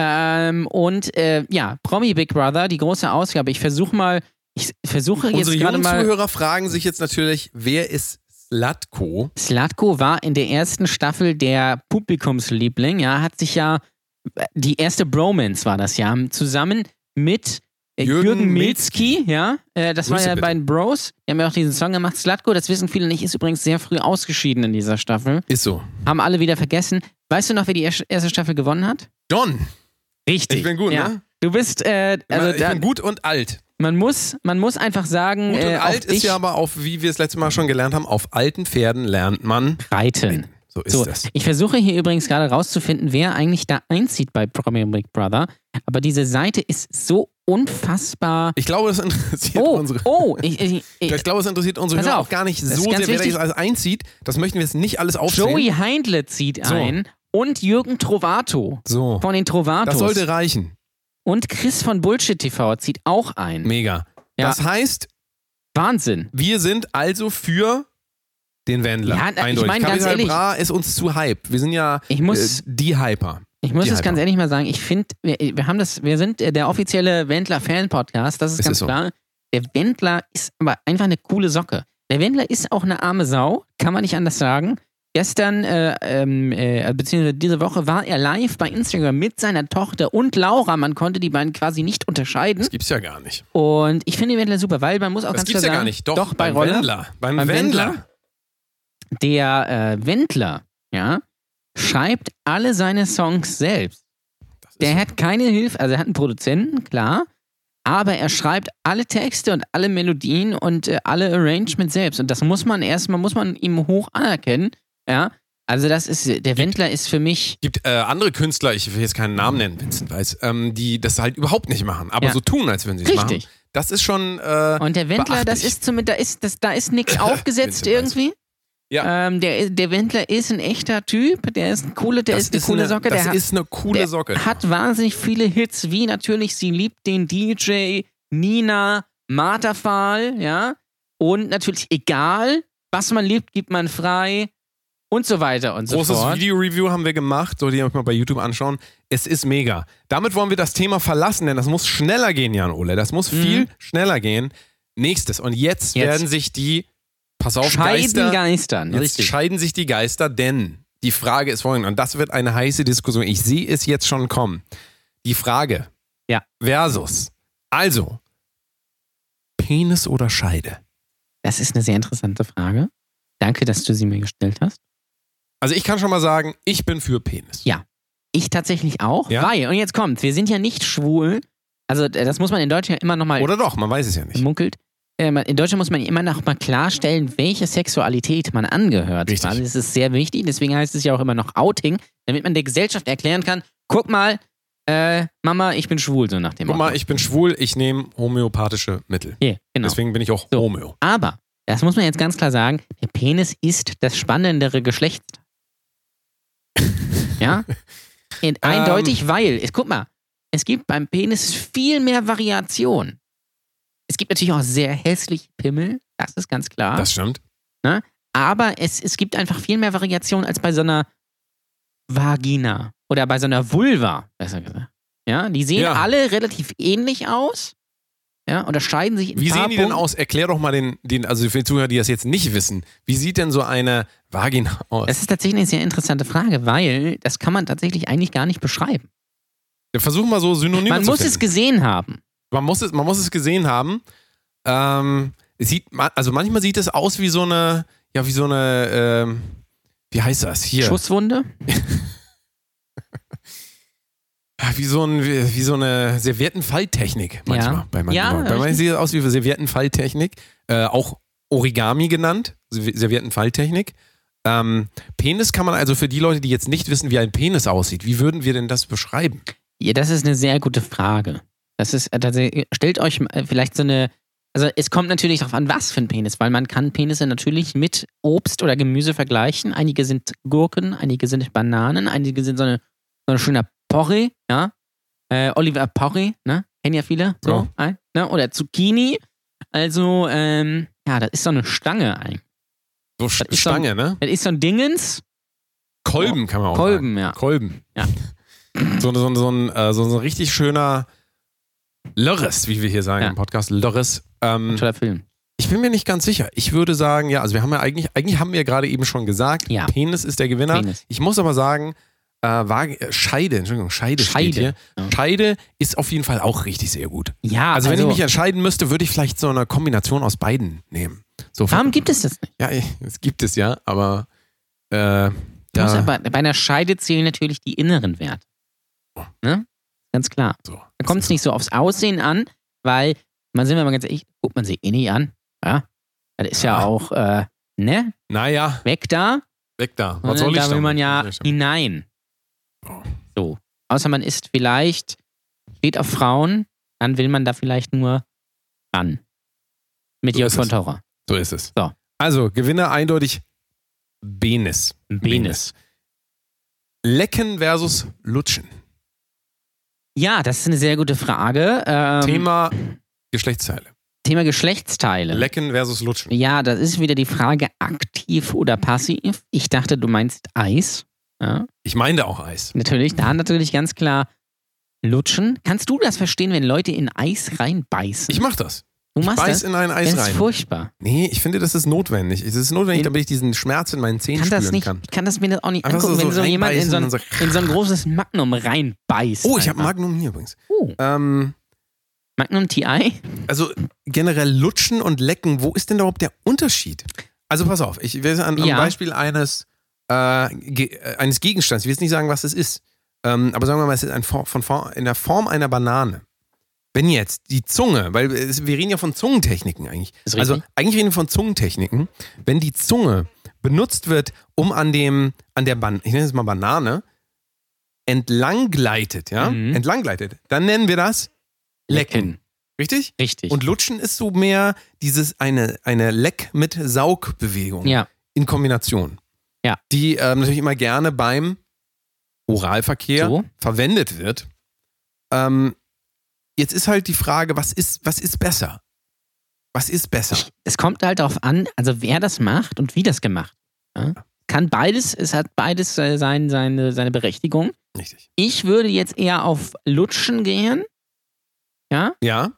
Ähm, und äh, ja, Promi Big Brother, die große Ausgabe. Ich versuche mal, ich versuche jetzt Unsere gerade jungen mal. Zuhörer fragen sich jetzt natürlich, wer ist Slatko? Slatko war in der ersten Staffel der Publikumsliebling. Ja, hat sich ja die erste Bromance war das ja zusammen mit äh, Jürgen Jürgen, Milzki. Ja, äh, das war Grüße ja bitte. bei den Bros. Die haben ja auch diesen Song gemacht. Slatko, das wissen viele nicht, ist übrigens sehr früh ausgeschieden in dieser Staffel. Ist so. Haben alle wieder vergessen. Weißt du noch, wer die erste erste Staffel gewonnen hat? John. Richtig. Ich bin gut, ja. ne? Du bist, äh, also ich da, bin gut und alt. man muss, man muss einfach sagen, Gut und äh, alt auf dich ist ja aber auf, wie wir es letztes Mal schon gelernt haben, auf alten Pferden lernt man. reiten. So ist So, das. ich versuche hier übrigens gerade rauszufinden, wer eigentlich da einzieht bei Promi Big Brother. Aber diese Seite ist so unfassbar. Ich glaube, das interessiert Oh, unsere. oh, ich, ich, ich, Ich glaube, es interessiert unsere Pass Hörer auf, auch gar nicht das ist so ganz sehr, wer da wichtig. jetzt alles einzieht. Das möchten wir jetzt nicht alles aufzählen. Joey Heindle zieht So. ein und Jürgen Trovato So. von den Trovatos. Das sollte reichen. und Chris von Bullshit TV zieht auch ein. Mega. Ja. Das heißt, Wahnsinn. wir sind also für den Wendler. Ja, na, ich Eindeutig. meine, ganz Capital ehrlich- Bra ist uns zu hype. Wir sind ja Ich muss- äh, die Hyper. Ich muss Die halt es ganz Hyper. ehrlich mal sagen, ich finde, wir, wir haben das, wir sind äh, der offizielle Wendler-Fan-Podcast, das ist, Es ganz ist so. klar. Der Wendler ist aber einfach eine coole Socke. Der Wendler ist auch eine arme Sau, kann man nicht anders sagen. Gestern, äh, ähm, äh, beziehungsweise diese Woche, war er live bei Instagram mit seiner Tochter und Laura. Man konnte die beiden quasi nicht unterscheiden. Das gibt's ja gar nicht. Und ich finde den Wendler super, weil man muss auch Das ganz gibt's klar ja gar sagen, nicht. Doch, doch bei beim Roller, Wendler. Beim, Beim Wendler. Wendler. der äh, Wendler, ja, schreibt alle seine Songs selbst. Das ist Der so. hat keine Hilfe, also er hat einen Produzenten, klar, aber er schreibt alle Texte und alle Melodien und äh, alle Arrangements selbst. Und das muss man erstmal, muss man ihm hoch anerkennen, ja. Also das ist, der Wendler ist für mich, gibt äh, andere Künstler, ich will jetzt keinen Namen nennen, Vincent weiß, ähm, die das halt überhaupt nicht machen, aber Ja. so tun, als würden sie es machen. Richtig. Das ist schon. Äh, und der Wendler, das beachtlich. ist zumindest, da ist, das, da ist nichts Vincent aufgesetzt weiß. irgendwie. Ja. Ähm, der, der Wendler ist ein echter Typ, der ist ein coole, der das ist eine coole eine, Socke, Das der hat ist eine coole der Socke. hat wahnsinnig viele Hits, wie natürlich Sie liebt den DJ, Nina, Marterfall, ja. Und natürlich egal, was man liebt, gibt man frei und so weiter und so Großes fort. Video-Review haben wir gemacht, solltet ihr euch mal bei YouTube anschauen. Es ist mega. Damit wollen wir das Thema verlassen, denn das muss schneller gehen, Jan Ole. Das muss viel schneller gehen. Nächstes. Und jetzt, Mhm. Jetzt. werden sich die, pass auf, Scheiden Geister, geistern. jetzt Richtig. scheiden sich die Geister, denn die Frage ist folgende, und das wird eine heiße Diskussion. Ich sehe es jetzt schon kommen. Die Frage Ja. versus, also, Penis oder Scheide? Das ist eine sehr interessante Frage. Danke, dass du sie mir gestellt hast. Also ich kann schon mal sagen, ich bin für Penis. Ja. Ich tatsächlich auch, Ja? weil, und jetzt kommt, wir sind ja nicht schwul. Also, das muss man in Deutschland immer nochmal Oder doch, man weiß es ja nicht. munkelt. Ähm, in Deutschland muss man immer noch mal klarstellen, welche Sexualität man angehört. Richtig. Also das ist sehr wichtig, deswegen heißt es ja auch immer noch Outing, damit man der Gesellschaft erklären kann, guck mal, äh, Mama, ich bin schwul, so nach dem Guck mal, Motto. ich bin schwul, ich nehme homöopathische Mittel. Yeah, genau. Deswegen bin ich auch So. Homöo. Aber, das muss man jetzt ganz klar sagen, der Penis ist das spannendere Geschlecht. ja? Ähm. In, eindeutig, weil, es, guck mal, es gibt beim Penis viel mehr Variation. Es gibt natürlich auch sehr hässliche Pimmel, das ist ganz klar. Das stimmt. Aber es, es gibt einfach viel mehr Variationen als bei so einer Vagina oder bei so einer Vulva, besser gesagt. Ja, die sehen Ja. alle relativ ähnlich aus. Ja, unterscheiden sich in Wie ein paar sehen die denn Punkten. aus? Erklär doch mal den, den, also für die Zuhörer, die das jetzt nicht wissen, wie sieht denn so eine Vagina aus? Das ist tatsächlich eine sehr interessante Frage, weil das kann man tatsächlich eigentlich gar nicht beschreiben. Wir versuchen mal so Synonyme man zu muss es finden. gesehen haben. man muss es Man muss es gesehen haben. Ähm, es sieht, ma- also manchmal sieht es aus wie so eine, ja, wie so eine, ähm, wie heißt das hier? Schusswunde? Ja, Ah, Wie so, ein, wie, wie so eine Serviettenfalltechnik manchmal Ja. bei manchen. Ja, Leuten. bei manchen richtig. sieht es aus wie eine Serviettenfalltechnik, äh, auch Origami genannt, Servi- Serviettenfalltechnik. Ähm, Penis kann man also für die Leute, die jetzt nicht wissen, wie ein Penis aussieht, wie würden wir denn das beschreiben? Ja, das ist eine sehr gute Frage. Das ist äh, tatsächlich, stellt euch äh, vielleicht so eine, also es kommt natürlich darauf an, was für ein Penis, weil man kann Penisse natürlich mit Obst oder Gemüse vergleichen. Einige sind Gurken, einige sind Bananen, einige sind so eine, so ein schöner Porree, ja. Äh, Oliver Porree, ne? Kennen ja viele. So, Ja. ein, ne? Oder Zucchini. Also, ähm, ja, das ist so eine Stange eigentlich. So Sch Das ist Stange, ne? Das ist so ein Dingens. Kolben kann man auch Kolben, ja. sagen. Kolben. Ja. So, so, so, ein, äh, so, so ein richtig schöner Lörres, wie wir hier sagen Ja. im Podcast, Lörres. Ähm, Toller Film. Ich bin mir nicht ganz sicher. Ich würde sagen, ja, also wir haben ja eigentlich, eigentlich haben wir ja gerade eben schon gesagt, Ja. Penis ist der Gewinner. Penis. Ich muss aber sagen, äh, Waage- äh, Scheide, Entschuldigung, Scheide, steht hier. Scheide. Ja. Scheide ist auf jeden Fall auch richtig sehr gut. Ja, Also, wenn ich mich entscheiden müsste, würde ich vielleicht so eine Kombination aus beiden nehmen. So von- Warum gibt es das nicht? ja, ich- es gibt es ja, aber äh, ja, Muss aber, bei einer Scheide zählen natürlich die inneren Werte. Ne? Ganz klar. so. Da kommt es nicht so aufs Aussehen an, weil, man sind wir mal ganz ehrlich, guckt man sie eh nicht an. Ja? Das ist ja Ja. auch, äh, ne? Naja, Weg da. weg da. Was sondern soll ich da will damit? man ja Was soll ich damit? hinein. Oh. So. Außer man ist vielleicht, steht auf Frauen, dann will man da vielleicht nur ran. Mit So Jörg ist von es. Torra. So ist es. So. Also, Gewinner eindeutig Benis. Venus. Lecken versus Lutschen. Ja, das ist eine sehr gute Frage. Ähm, Thema Geschlechtsteile. Thema Geschlechtsteile. Lecken versus Lutschen. Ja, das ist wieder die Frage, aktiv oder passiv. Ich dachte, du meinst Eis. Ja, Ich meine auch Eis. natürlich, da natürlich ganz klar lutschen. Kannst du das verstehen, wenn Leute in Eis reinbeißen? Ich mach das. du machst Beiß das? in ein Eis das ist rein. furchtbar. Nee, ich finde, das ist notwendig. Es ist notwendig, Ich- damit ich diesen Schmerz in meinen Ich Zähnen kann das spüren nicht, kann. ich kann das mir das auch nicht Einfach so- angucken, wenn so so jemand in so, ein, reinbeißen und dann so- in so ein großes Magnum reinbeißt. Oh, ich habe einfach. Magnum hier übrigens. Oh, Ähm, Magnum TI? also generell lutschen und lecken, wo ist denn überhaupt der Unterschied? Also pass auf, ich werde an am Ja. Beispiel eines äh, ge äh, eines Gegenstands. Ich will jetzt nicht sagen, was es ist. Ähm, aber sagen wir mal, es ist ein Form, von Form, in der Form einer Banane. Wenn jetzt die Zunge, weil es, wir reden ja von Zungentechniken eigentlich. Ist Also richtig. eigentlich reden wir von Zungentechniken. Wenn die Zunge benutzt wird, um an dem, an der Ban ich nenne es mal Banane, entlang gleitet, ja? Mhm. Entlang gleitet, dann nennen wir das Lecken. Richtig? Richtig. Und Lutschen ist so mehr dieses eine, eine Leck mit Saugbewegung ja, in Kombination. Ja. Die ähm, natürlich immer gerne beim Oralverkehr So. verwendet wird. Ähm, jetzt ist halt die Frage, was ist, was ist besser? Was ist besser? es kommt halt darauf an, also wer das macht und wie das gemacht. Ja? Kann beides, es hat beides äh, sein, seine, seine Berechtigung. Richtig. Ich würde jetzt eher auf Lutschen gehen, Ja,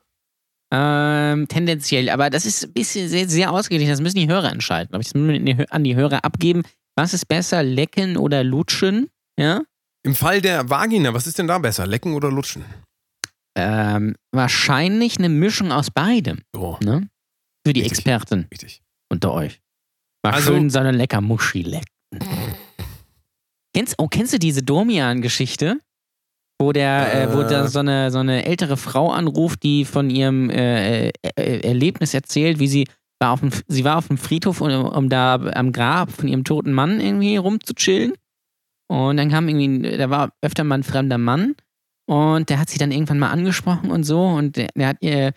ähm, tendenziell, aber das ist ein bisschen sehr, sehr ausgeglichen. Das müssen die Hörer entscheiden. Ob ich das mit den Hö- an die Hörer abgeben, was ist besser, lecken oder lutschen? Ja? im Fall der Vagina, was ist denn da besser? Lecken oder Lutschen? Ähm, wahrscheinlich eine Mischung aus beidem, So, ne? Für die Richtig. Experten Oh, richtig. unter euch. Mal Also- schön so eine lecker Muschi lecken. kennst, oh, kennst du diese Domian-Geschichte? Wo, der, äh, wo da Äh. so eine, so eine ältere Frau anruft, die von ihrem äh, äh, äh, Erlebnis erzählt, wie sie war auf dem, sie war auf dem Friedhof, um, um da am Grab von ihrem toten Mann irgendwie rumzuchillen. Und dann kam irgendwie, da war öfter mal ein fremder Mann und der hat sie dann irgendwann mal angesprochen und so und der, der hat ihr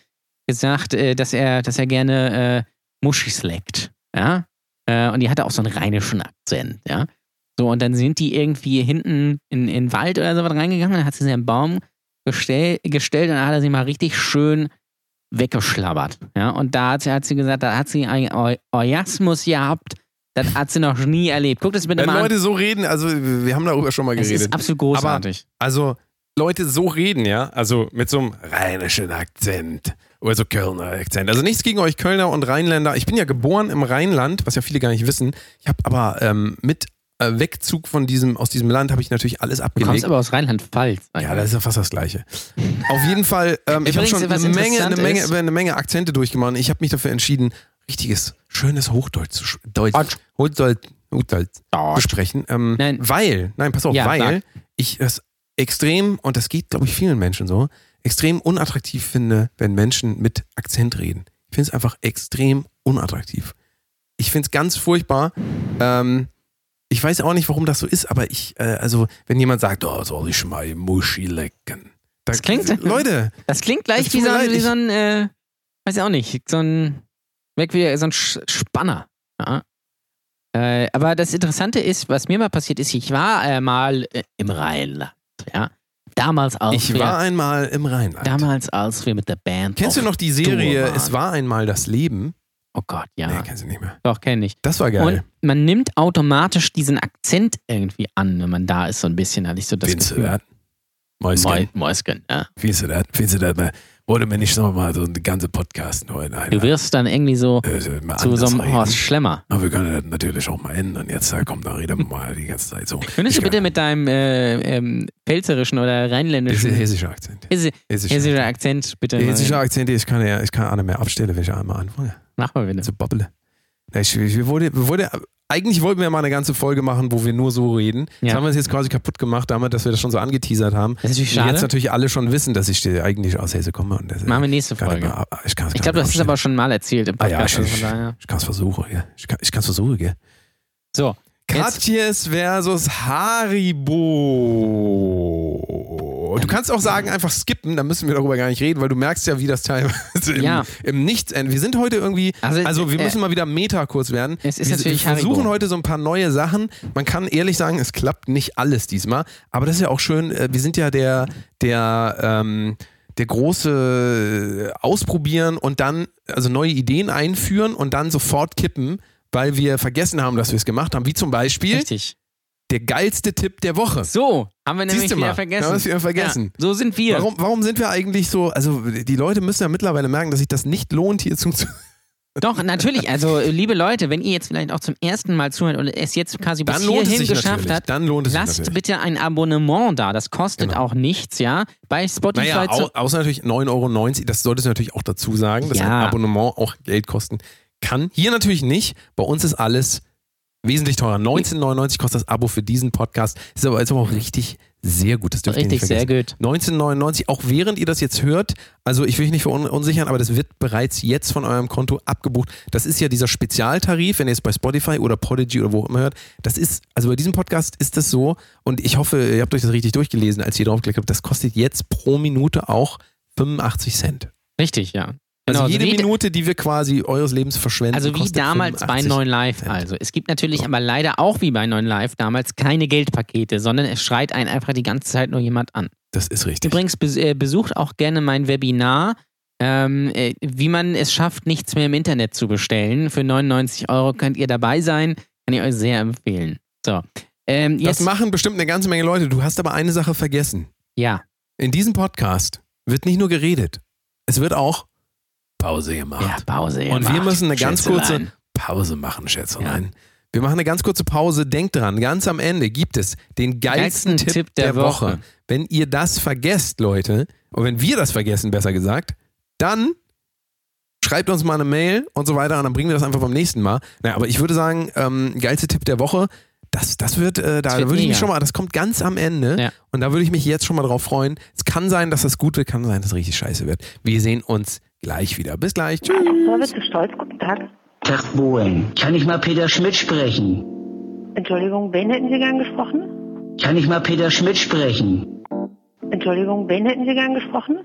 gesagt, äh, dass er, dass er gerne äh, Muschis leckt. Ja? Äh, und die hatte auch so einen rheinischen Akzent, ja. So, und dann sind die irgendwie hinten in, in den Wald oder sowas reingegangen, dann hat sie sie im Baum gestell, gestellt und dann hat er sie mal richtig schön weggeschlabbert. Ja? Und da hat sie, hat sie gesagt, da hat sie einen Eu- Orgasmus gehabt, das hat sie noch nie erlebt. Guck das bitte Wenn mal an. Leute so reden, also wir haben darüber schon mal Es geredet. ist absolut großartig. Also Leute so reden, ja, also mit so einem rheinischen Akzent oder so Kölner Akzent. Also nichts gegen euch Kölner und Rheinländer. Ich bin ja geboren im Rheinland, was ja viele gar nicht wissen. Ich habe aber ähm, mit äh, Wegzug von diesem aus diesem Land habe ich natürlich alles Du kommst abgelegt. aber aus Rheinland-Pfalz. Ja, das ist ja fast das Gleiche. Auf jeden Fall, ähm, ich habe Übrigens, schon was eine Menge, eine, interessant Menge, ist- eine Menge Akzente durchgemacht. Ich habe mich dafür entschieden, richtiges, schönes Hochdeutsch zu, sch- Deutsch, Hochdeutsch, Hochdeutsch zu sprechen. Ähm, Nein. Weil, nein, pass auf, Ja, weil sag. ich das extrem, und das geht, glaube ich, vielen Menschen so, extrem unattraktiv finde, wenn Menschen mit Akzent reden. Ich finde es einfach extrem unattraktiv. Ich finde es ganz furchtbar. Ähm, ich weiß auch nicht, warum das so ist, aber ich, äh, also, wenn jemand sagt, oh, soll ich mal Muschi lecken. Da- Das klingt- Leute, Das klingt Es gleich tut wie so, mir ein, leid, wie ich- so ein, äh, weiß ich auch nicht, so ein, weg wie so ein Sch Spanner. Ja. Äh, aber das Interessante ist, was mir mal passiert ist, ich war äh, mal äh, im Rheinland, ja. Damals als ich wir, war einmal im Rheinland. damals als wir mit der Band. Kennst du auf noch die Serie Tour waren. Es war einmal das Leben? Oh Gott, ja. Nee, kennst du nicht mehr. Doch, kenne ich. Das war geil. Und man nimmt automatisch diesen Akzent irgendwie an, wenn man da ist, so ein bisschen, hatte ich so das Findest du Gefühl. das? Mäuschen. Mäusken. Mäusken, ja. Findest du das? Findest du das? mal? Wurde mir nicht nochmal so einen ganzen Podcast neu in einer. Du wirst dann irgendwie so äh, mal zu so anders einem reden. Horst Schlemmer. Aber wir können das natürlich auch mal ändern. Jetzt äh, kommt da reden wir mal die ganze Zeit so. Könntest du bitte mit deinem äh, ähm, pälzerischen oder rheinländischen Hessischer Akzent. Hessi- Hessischer, hessischer Akzent bitte Der mal- hessische Akzent, ich kann ja, ich kann auch nicht mehr abstellen, wenn ich einmal anfange. mach mal bitte. Zu babbeln. Na, Ich, ich wurde, wurde, eigentlich wollten wir mal eine ganze Folge machen, wo wir nur so reden. Das Ja. haben wir uns jetzt quasi kaputt gemacht, damit, dass wir das schon so angeteasert haben. Das ist natürlich Und Jetzt schade. natürlich alle schon wissen, dass ich äh, eigentlich aus Hesse komme. Und das, Machen wir nächste kann nicht Folge. mehr ab- ich kann's Ich gar glaube, nicht das ist abstellen. aber schon mal erzählt im Ah ja, Podcast. schön, also von schön. daher. Ich kann es versuchen, ja. Ich kann es versuchen, gell. So, jetzt, Katjes versus Haribo. Du kannst auch sagen, einfach skippen, dann müssen wir darüber gar nicht reden, weil du merkst ja, wie das teilweise im, Ja. im Nichts endet. Wir sind heute irgendwie, Also, also wir äh, müssen mal wieder Meta kurz werden. es ist wir natürlich wir versuchen Haribo. heute so ein paar neue Sachen. Man kann ehrlich sagen, es klappt nicht alles diesmal, aber das ist ja auch schön. äh, Wir sind ja der, der, ähm, der große äh, Ausprobieren und dann, also neue Ideen einführen und dann sofort kippen, weil wir vergessen haben, dass wir es gemacht haben. Wie zum Beispiel richtig. der geilste Tipp der Woche. So, haben wir nämlich Siehst du mal, wieder wir haben es vergessen. wieder vergessen. Ja, so sind wir. Warum, warum sind wir eigentlich so, also die Leute müssen ja mittlerweile merken, dass sich das nicht lohnt, hier zu. Doch, natürlich. Also, liebe Leute, wenn ihr jetzt vielleicht auch zum ersten Mal zuhört und es jetzt quasi bis Dann lohnt es hierhin sich geschafft natürlich. hat, Dann lohnt es sich lasst natürlich. Genau. bitte ein Abonnement da. Das kostet auch nichts, ja. Bei Spotify Naja, zu au, außer natürlich 9,90 Euro, das solltest du natürlich auch dazu sagen, dass Ja. ein Abonnement auch Geld kosten kann. Hier natürlich nicht, bei uns ist alles Wesentlich teurer. 19,99 kostet das Abo für diesen Podcast. Ist aber, ist aber auch richtig sehr gut. Das dürft ihr Richtig, nicht sehr vergessen. gut. 19,99, auch während ihr das jetzt hört, also ich will mich nicht verunsichern, aber das wird bereits jetzt von eurem Konto abgebucht. Das ist ja dieser Spezialtarif, wenn ihr es bei Spotify oder Podigy oder wo auch immer hört. Das ist, also bei diesem Podcast ist das so und ich hoffe, ihr habt euch das richtig durchgelesen, als ihr draufgeklickt habt. Das kostet jetzt pro Minute auch 85 Cent. Richtig, ja. Also Genau, jede wie- Minute, die wir quasi eures Lebens verschwenden. Also wie kostet damals bei 85 9 Live. Cent. Also es gibt natürlich aber leider auch wie bei 9 Live damals keine Geldpakete, sondern es schreit einen einfach die ganze Zeit nur jemand an. Das ist richtig. Übrigens bes- äh, besucht auch gerne mein Webinar, ähm, äh, wie man es schafft, nichts mehr im Internet zu bestellen. Für 99 Euro könnt ihr dabei sein. Kann ich euch sehr empfehlen. So. Ähm, Das jetzt, machen bestimmt eine ganze Menge Leute. Du hast aber eine Sache vergessen. ja, In diesem Podcast wird nicht nur geredet, es wird auch Pause ja, gemacht. Pause. Und wir gemacht. müssen eine ganz Schätzelein. kurze Pause machen, Schätzelein. Wir machen eine ganz kurze Pause. Denkt dran, ganz am Ende gibt es den geilsten, Geilsten Tipp, Tipp der, der Woche. Woche. Wenn ihr das vergesst, Leute, und wenn wir das vergessen, besser gesagt, dann schreibt uns mal eine Mail und so weiter und dann bringen wir das einfach beim nächsten Mal. Naja, aber ich würde sagen, ähm, geilste Tipp der Woche, das, das wird, äh, da wird würde ich mich mega. schon mal, das kommt ganz am Ende Ja. und da würde ich mich jetzt schon mal drauf freuen. Es kann sein, dass das Gute, kann sein, dass es richtig scheiße wird. Wir sehen uns gleich wieder. Bis gleich. Tschüss. Service zu Stolz, guten Tag. Tag Bohlen. Kann ich mal Peter Schmidt sprechen? Entschuldigung, wen hätten Sie gern gesprochen? Kann ich mal Peter Schmidt sprechen? Entschuldigung, wen hätten Sie gern gesprochen?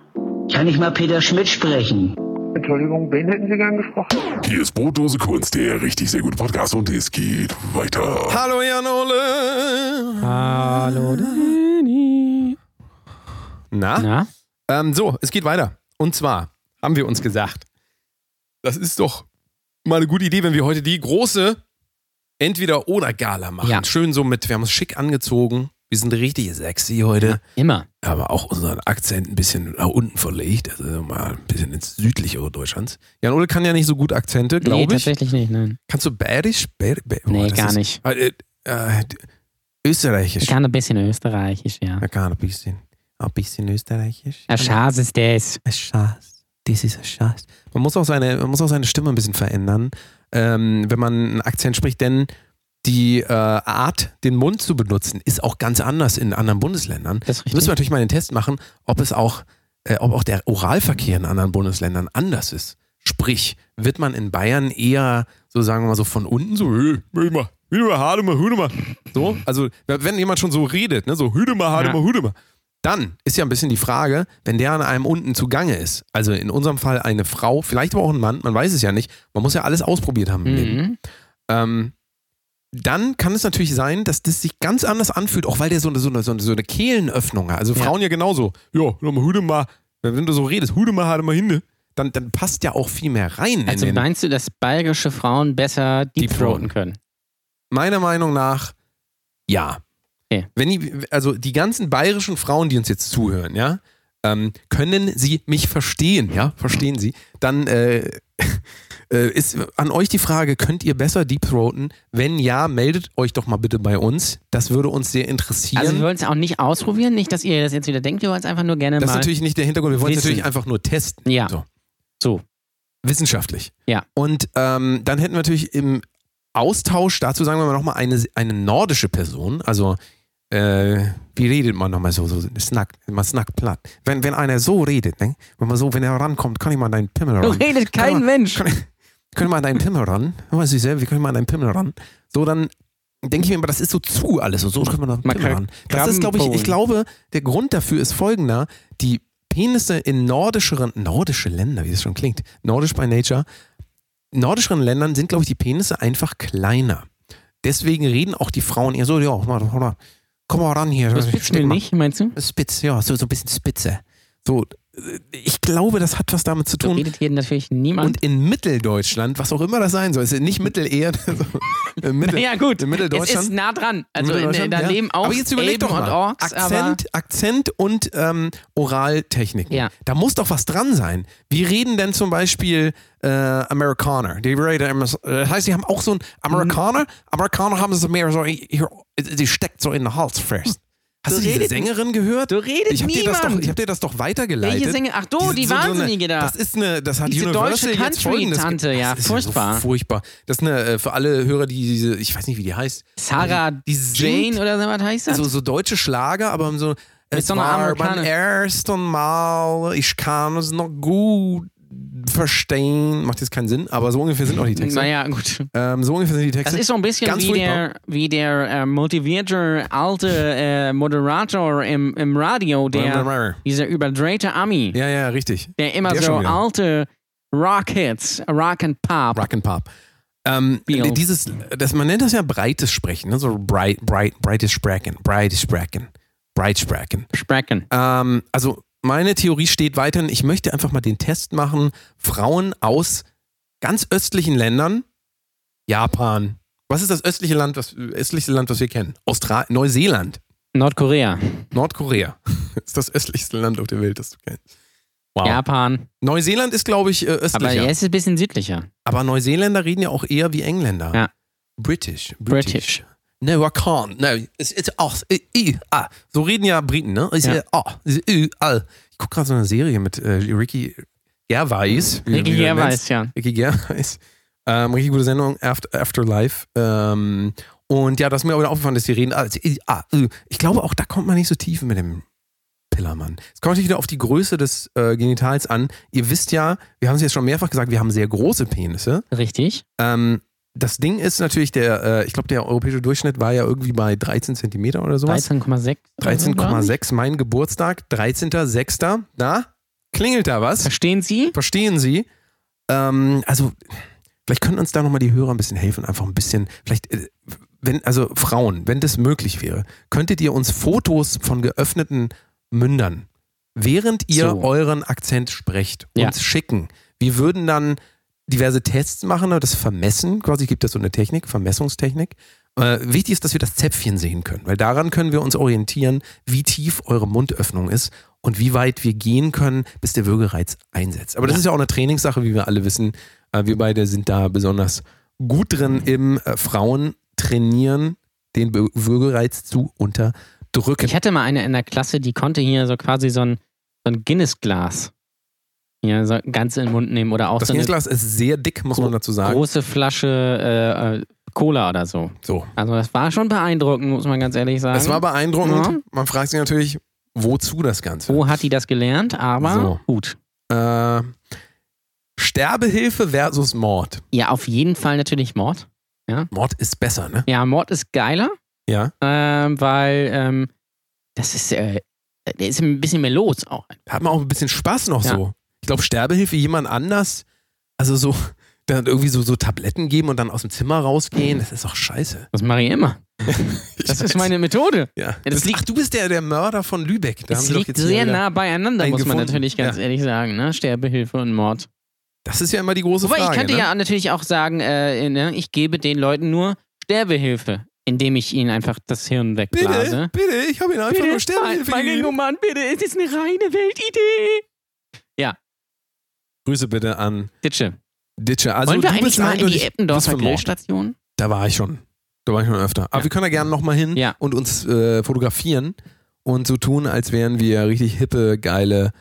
Kann ich mal Peter Schmidt sprechen? Entschuldigung, wen hätten Sie gern gesprochen? Hier ist Brotdose Kunst, der richtig sehr gute Podcast und es geht weiter. Hallo Jan Ole. Hallo. Na? Na? Ähm, so, es geht weiter. Und zwar haben wir uns gesagt, das ist doch mal eine gute Idee, wenn wir heute die große Entweder-oder-Gala machen. Ja. Schön so mit, wir haben uns schick angezogen. Wir sind richtig sexy heute, Immer. aber auch unseren Akzent ein bisschen nach unten verlegt, also mal ein bisschen ins südlichere Deutschlands. Jan Ole kann ja nicht so gut Akzente, nee, glaube ich. tatsächlich nicht. Nein. Kannst du bärisch? Bär, bär, Nee, oh, das gar ist- nicht. Äh, äh, österreichisch. Ich kann ein bisschen Österreichisch, ja. Er kann ein bisschen, ein bisschen österreichisch. Ein Schatz ist das. Ein Schatz. Das ist ein Schatz. Man muss auch seine, man muss auch seine Stimme ein bisschen verändern, ähm, wenn man einen Akzent spricht, denn die äh, Art, den Mund zu benutzen, ist auch ganz anders in anderen Bundesländern. Das ist Da müssen wir richtig. natürlich mal den Test machen, ob es auch, äh, ob auch der Oralverkehr in anderen Bundesländern anders ist. Sprich, wird man in Bayern eher so, sagen wir mal, so von unten so, hey, hey, mal, hüde mal, hade mal, hüde mal. So, also wenn jemand schon so redet, ne, so hüde mal, hade Ja. mal, hüde mal. Dann ist ja ein bisschen die Frage, wenn der an einem unten zugange ist, also in unserem Fall eine Frau, vielleicht aber auch ein Mann, man weiß es ja nicht, man muss ja alles ausprobiert haben im Leben. Mhm. Ähm, dann kann es natürlich sein, dass das sich ganz anders anfühlt, auch weil der so eine, so eine, so eine, so eine Kehlenöffnung hat. Also Ja. Frauen ja genauso. Ja, nur mal Hude mal, wenn du so redest, Hude mal, hade mal hin, ne? dann, dann passt ja auch viel mehr rein. Also in den, meinst du, dass bayerische Frauen besser deepthroaten Deepthroaten. können? meiner Meinung nach, ja. Okay. Wenn die, also die ganzen bayerischen Frauen, die uns jetzt zuhören, ja, ähm, können sie mich verstehen, ja, verstehen sie, dann äh, äh, ist an euch die Frage, könnt ihr besser deepthroaten? Wenn ja, meldet euch doch mal bitte bei uns. Das würde uns sehr interessieren. Also wir wollen es auch nicht ausprobieren, nicht, dass ihr das jetzt wieder denkt, wir wollen es einfach nur gerne das ist mal. natürlich nicht der Hintergrund, wir wollen es Wissen. natürlich einfach nur testen. Ja. So. So. Wissenschaftlich. Ja. Und ähm, dann hätten wir natürlich im Austausch dazu, sagen wir mal nochmal, eine, eine nordische Person, also äh, wie redet man nochmal so, so snackt, man snackt platt. Wenn, wenn einer so redet, ne? wenn man so, wenn er rankommt, kann ich mal an deinen Pimmel Du ran. redet Kann kein man- Mensch. Kann, können wir mal an deinen Pimmel ran? Weißt du selber, wir können mal an deinen Pimmel ran. So, dann denke ich mir immer, das ist so zu alles und so können wir an den Man Pimmel kann ran. Das ist, glaube ich, ich Krabbenpolen. glaube, der Grund dafür ist folgender, die Penisse in nordischeren, nordische Länder, wie das schon klingt, nordisch by nature, nordischeren Ländern sind, glaube ich, die Penisse einfach kleiner. Deswegen reden auch die Frauen eher so, ja, komm mal, komm mal ran hier. Du bist steck mal- nicht, meinst du? Spitz, ja, so, so ein bisschen spitze. So, äh, ich glaube, das hat was damit zu So tun. redet hier natürlich niemand. Und in Mitteldeutschland, was auch immer das sein soll, es ist nicht Mittelerde, so, äh, Mittel, ja gut, in es Mitteldeutschland. ist nah dran. Also in, Mitteldeutschland, da ja. leben auch aber jetzt überleg Elben doch mal. und Orks, aber Akzent, Akzent und ähm, Oraltechniken. Ja. Da muss doch was dran sein. Wie reden denn zum Beispiel äh, Amerikaner? Die reden, immer so- äh, das heißt, die haben auch so ein Amerikaner. Amerikaner haben es mehr so, hier, die steckt so in den Hals fest. Hast du diese redet- Sängerin gehört? so redet ich hab dir das doch, niemand. Ich habe dir das doch weitergeleitet. Welche Sänger- Ach so, die so- so eine- Wahnsinnige da. Das ist eine, das hat Diese Universal deutsche jetzt folgendes ge- Country-Tante, ja, das ist furchtbar. So furchtbar. Das ist eine, äh, für alle Hörer, die diese, ich weiß nicht, wie die heißt. Sarah Die singt- Jane oder so was heißt das? So, so deutsche Schlager, aber so. Es so einer war beim Amerikaner- ersten Mal, ich kann es noch gut verstehen. Macht jetzt keinen Sinn, aber so ungefähr sind auch die Texte. naja, gut. Ähm, so ungefähr sind die Texte. Das ist so ein bisschen Ganz wie furchtbar. der, wie der äh, motivierte alte äh, Moderator im, im Radio, der, dieser überdrehte Ami, Ja, ja, richtig. der immer der so schon wieder. alte Rock-Hits, Rock and Pop. Rock and Pop. Ähm, Bio. dieses, das, man nennt das ja breites Sprechen, ne? so breit, breit, breites Sprechen, breites Sprechen, breit Sprechen. Sprechen. Ähm, also meine Theorie steht weiterhin, ich möchte einfach mal den Test machen, Frauen aus ganz östlichen Ländern, Japan, was ist das östliche Land, was, östlichste Land, was wir kennen? Austra Neuseeland, Nordkorea, Nordkorea, ist das östlichste Land auf der Welt, das du kennst. Wow. Japan. Neuseeland ist, glaube ich, äh, Aber östlicher. er ist ein bisschen südlicher. Aber Neuseeländer reden ja auch eher wie Engländer. Ja. British. British. No, I can't. No, it's, it's oh, i, i, ah. So reden ja Briten, ne? It's, Ja. ja. Oh, it's, i, ah. Ich gucke gerade so eine Serie mit äh, Ricky Gervais. wie- Ricky wie du ihn nennst. Gervais, ja. Ricky Gervais. Ähm, richtig gute Sendung, After, Afterlife. Ähm, und ja, das ist mir aber aufgefallen, dass die reden. ah, it's, i, ah, i. Ich glaube, auch da kommt man nicht so tief mit dem Pillermann. Es kommt natürlich wieder auf die Größe des äh, Genitals an. Ihr wisst ja, wir haben es jetzt schon mehrfach gesagt, wir haben sehr große Penisse. Richtig. Ähm, das Ding ist natürlich, der, äh, ich glaube, der europäische Durchschnitt war ja irgendwie bei 13 Zentimeter oder sowas. 13,6. 13,6, mein Geburtstag, 13.06. Na, klingelt da was? Verstehen Sie? Verstehen Sie? Ähm, also, vielleicht können uns da nochmal die Hörer ein bisschen helfen, einfach ein bisschen, vielleicht, äh, wenn, also Frauen, wenn das möglich wäre, könntet ihr uns Fotos von geöffneten Mündern, während ihr So. euren Akzent sprecht, Ja. uns schicken. Wir würden dann diverse Tests machen, das vermessen, quasi gibt es so eine Technik, Vermessungstechnik. Äh, wichtig ist, dass wir das Zäpfchen sehen können, weil daran können wir uns orientieren, wie tief eure Mundöffnung ist und wie weit wir gehen können, bis der Würgereiz einsetzt. Aber das ist ja auch eine Trainingssache, wie wir alle wissen. Äh, wir beide sind da besonders gut drin im äh, Frauen trainieren, den Be- Würgereiz zu unterdrücken. Ich hatte mal eine in der Klasse, die konnte hier so quasi so ein, so ein Guinness-Glas hier so ganz in den Mund nehmen oder auch das so eine Guinness-Glas ist sehr dick, muss man dazu sagen. große Flasche äh, äh, Cola oder so. So. Also das war schon beeindruckend, muss man ganz ehrlich sagen. Es war beeindruckend. Ja. Man fragt sich natürlich, wozu das Ganze? Wo hat die das gelernt? Aber So. gut. Äh, Sterbehilfe versus Mord. Ja, auf jeden Fall natürlich Mord. Mord ist besser, ne? Ja, Mord ist geiler, Ja. ähm, weil ähm, das ist, äh, da ist ein bisschen mehr los auch. Da hat man auch ein bisschen Spaß noch Ja. so. Ich glaube, Sterbehilfe jemand anders, also so, dann irgendwie so, so Tabletten geben und dann aus dem Zimmer Mhm. rausgehen, das ist doch scheiße. Das mache ich immer. Ich weiß. Das ist meine Methode. Ja. das Das liegt- ach, du bist der, der Mörder von Lübeck. Da haben Das sie doch liegt jetzt hier sehr wieder- nah beieinander, einen muss man gefunden. natürlich ganz Ja. ehrlich sagen. Ne? Sterbehilfe und Mord. Das ist ja immer die große Wobei, Frage. ich könnte ne? ja natürlich auch sagen, äh, ne, ich gebe den Leuten nur Sterbehilfe, indem ich ihnen einfach das Hirn bitte, wegblase. bitte, ich habe ihn einfach nur Sterbehilfe meine gegeben. junge Mann, bitte, es ist eine reine Weltidee. Grüße bitte an Ditsche, Ditsche. Also, wollen wir du eigentlich bist mal in die eindeutig- bist Eppendorfer für Mord. Grillstation? Da war ich schon. Da war ich schon öfter. Aber Ja. wir können da gerne nochmal hin Ja. und uns äh, fotografieren und so tun, als wären wir richtig hippe, geile